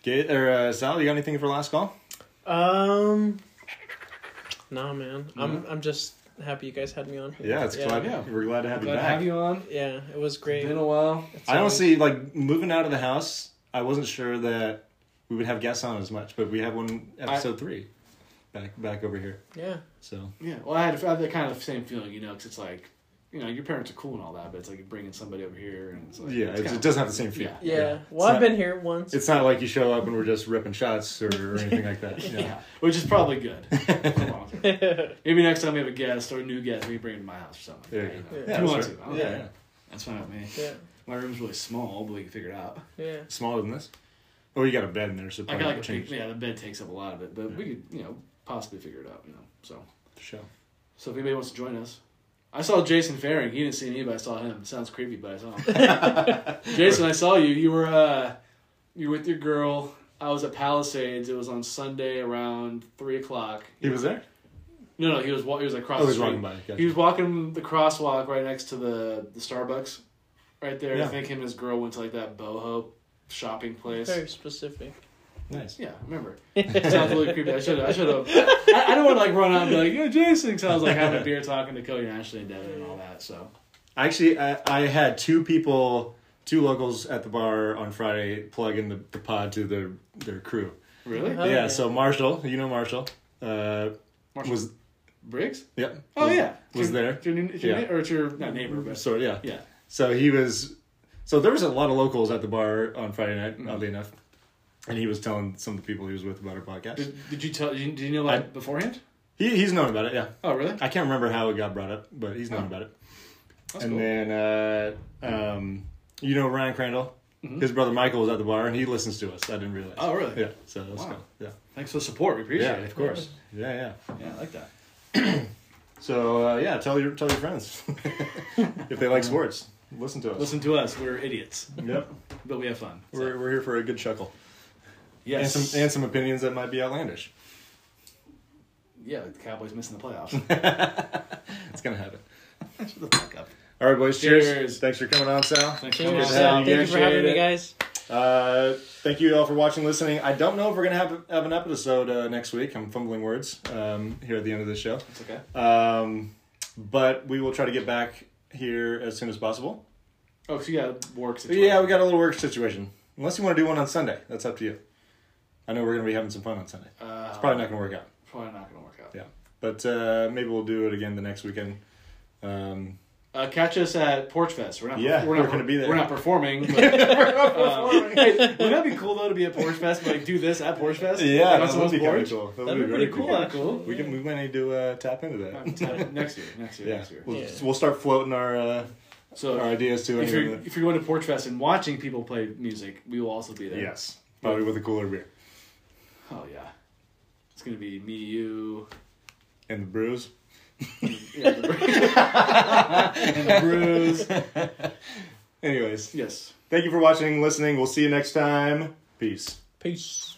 C: Get, or, uh, Sal, you got anything for last call?
B: um, nah, man. I'm I'm just happy you guys had me on. here.
C: Yeah, it's
B: yeah.
C: glad.
A: Yeah.
C: We're glad to have
A: Glad
C: you
A: to
C: back.
A: have you on.
B: Yeah, it was great.
A: Been a while.
B: It's
C: I don't
B: always-
C: see like moving out of the house. I wasn't sure that we would have guests on as much, but we have one episode three back back over here.
B: Yeah,
C: So
A: Yeah, well, I had, I had that kind of same feeling, you know, because it's like, you know, your parents are cool and all that, but it's like bringing somebody over here and it's like,
C: yeah, it's,
A: kinda-
C: it doesn't have the same feel.
A: Yeah.
B: yeah.
C: It's
B: Well, I've
C: not-
B: been here once.
C: It's not like you show up and we're just ripping shots or, or anything like that.
A: yeah.
C: Yeah.
A: which is probably good. for the long term. Maybe next time we have a guest or a new guest, we can bring him to my house or something.
C: There
A: you
C: you
A: know.
B: go.
A: If
B: Yeah,
A: you want
C: that's
A: to,
C: right.
A: I don't
C: Yeah,
A: care.
C: yeah.
A: that's fine with me.
B: yeah,
A: My room's really small, but we can figure it out.
B: yeah.
C: Smaller than this. Oh, you got a bed in there, so
A: I
C: probably
A: got like a
C: change
A: big, yeah, the bed takes up a lot of it, but we could, you know, possibly figure it out, you know. So,
C: the show.
A: so if anybody wants to join us, I saw Jason Faring. He didn't see me, but I saw him. Sounds creepy, but I saw him. Jason, I saw you. You were uh, you were with your girl. I was at Palisades. It was on Sunday around three o'clock.
C: He was there.
A: No, no, he was wa- he was like
C: Oh,
A: across.
C: he
A: the
C: was
A: street.
C: walking by. Gotcha.
A: He was walking the crosswalk right next to the the Starbucks, right there.
C: Yeah.
A: I think him and his girl went to like that boho shopping place.
B: Very specific.
C: nice.
A: Yeah, I remember. Sounds really creepy. I should have. I should have. I, I don't want to like run out and be like, "Yo, Jason." Because I was like having a beer, talking to Cody and Ashley and Devin and all that. So
C: Actually, I, I had two people, two locals at the bar on Friday plug in the, the pod to their their crew.
A: really,
B: Uh-huh. Oh,
C: yeah,
B: yeah.
C: so Marshall, you know Marshall, uh,
A: Marshall.
C: was
A: Briggs.
C: yep.
A: Oh
C: was-
A: yeah,
C: was there.
A: It's your, it's your
C: Yeah.
A: na- or it's your not neighbor, but
C: So yeah,
A: yeah,
C: so he was. So there was a lot of locals at the bar on Friday night,
A: Mm-hmm.
C: oddly enough, and he was telling some of the people he was with about our podcast.
A: Did, did you tell? Did you, did you know that beforehand?
C: He he's known about it, yeah.
A: Oh really?
C: I can't remember how it got brought up, but he's known
A: Oh.
C: about it.
A: That's
C: and
A: cool.
C: then uh, um, you know Ryan Crandall, his brother Michael was at the bar, and he listens to us. I didn't realize.
A: Mm-hmm. Oh, really?
C: Yeah. So that's
A: Wow.
C: cool. Yeah.
A: Thanks for the support. We appreciate
C: yeah,
A: it.
C: of course. Yeah, yeah.
A: Yeah, I like that.
C: So uh, yeah, tell your tell your friends if they like sports, listen to us.
A: Listen to us. We're idiots,
C: Yep.
A: but we have fun. So,
C: We're, we're here for a good chuckle and
A: yes.
C: some and some opinions that might be outlandish.
A: yeah, the Cowboys missing the playoffs.
C: It's gonna happen.
A: Shut the fuck up.
C: All right, boys. Cheers.
A: Cheers.
C: Thanks for coming on, Sal.
A: Thanks for coming
B: Cheers. uh,
A: on.
C: to have
B: Thank
C: you.
B: you for having
C: Appreciate
B: me,
C: it.
B: guys.
C: Uh, thank you all for watching, listening. I don't know if we're gonna have have an episode uh, next week. I'm fumbling words um, here at the end of the show,
A: It's okay.
C: um, but we will try to get back here as soon as possible.
A: Oh, so you got work
C: But
A: situation.
C: yeah, we got a little work situation. Unless you want to do one on Sunday, that's up to you. I know we're gonna be having some fun on Sunday.
A: Uh,
C: It's probably not gonna work out.
A: probably not going to work out.
C: Yeah. But uh, maybe we'll do it again the next weekend. Um,
A: Uh, catch us at Porch Fest. We're not.
C: Yeah,
A: we're not
C: we're gonna be there.
A: We're not performing. But, um, hey, wouldn't that be cool though to be at Porch Fest? Like do this at Porch Fest?
C: yeah,
A: Like, on
C: that would
A: someone's
C: be kind of
A: porch?
C: cool. That would
A: That'd be
C: very
A: pretty cool.
C: Yeah.
A: actually.
C: We can. We might need to uh, tap into that.
A: Uh, next year, next year,
C: Yeah.
A: next year.
C: We'll,
B: Yeah.
C: we'll start floating our uh,
A: So
C: our ideas to
A: if
C: anyone
A: you're
C: that-
A: if you're going to Porch Fest and watching people play music, we will also be there.
C: Yes, probably with a cooler beer
A: Oh yeah. It's gonna be me, you,
C: and the brews.
A: yeah, the and the Brews.
C: Anyways,
A: Yes.
C: thank you for watching, listening. We'll see you next time. Peace.
B: Peace.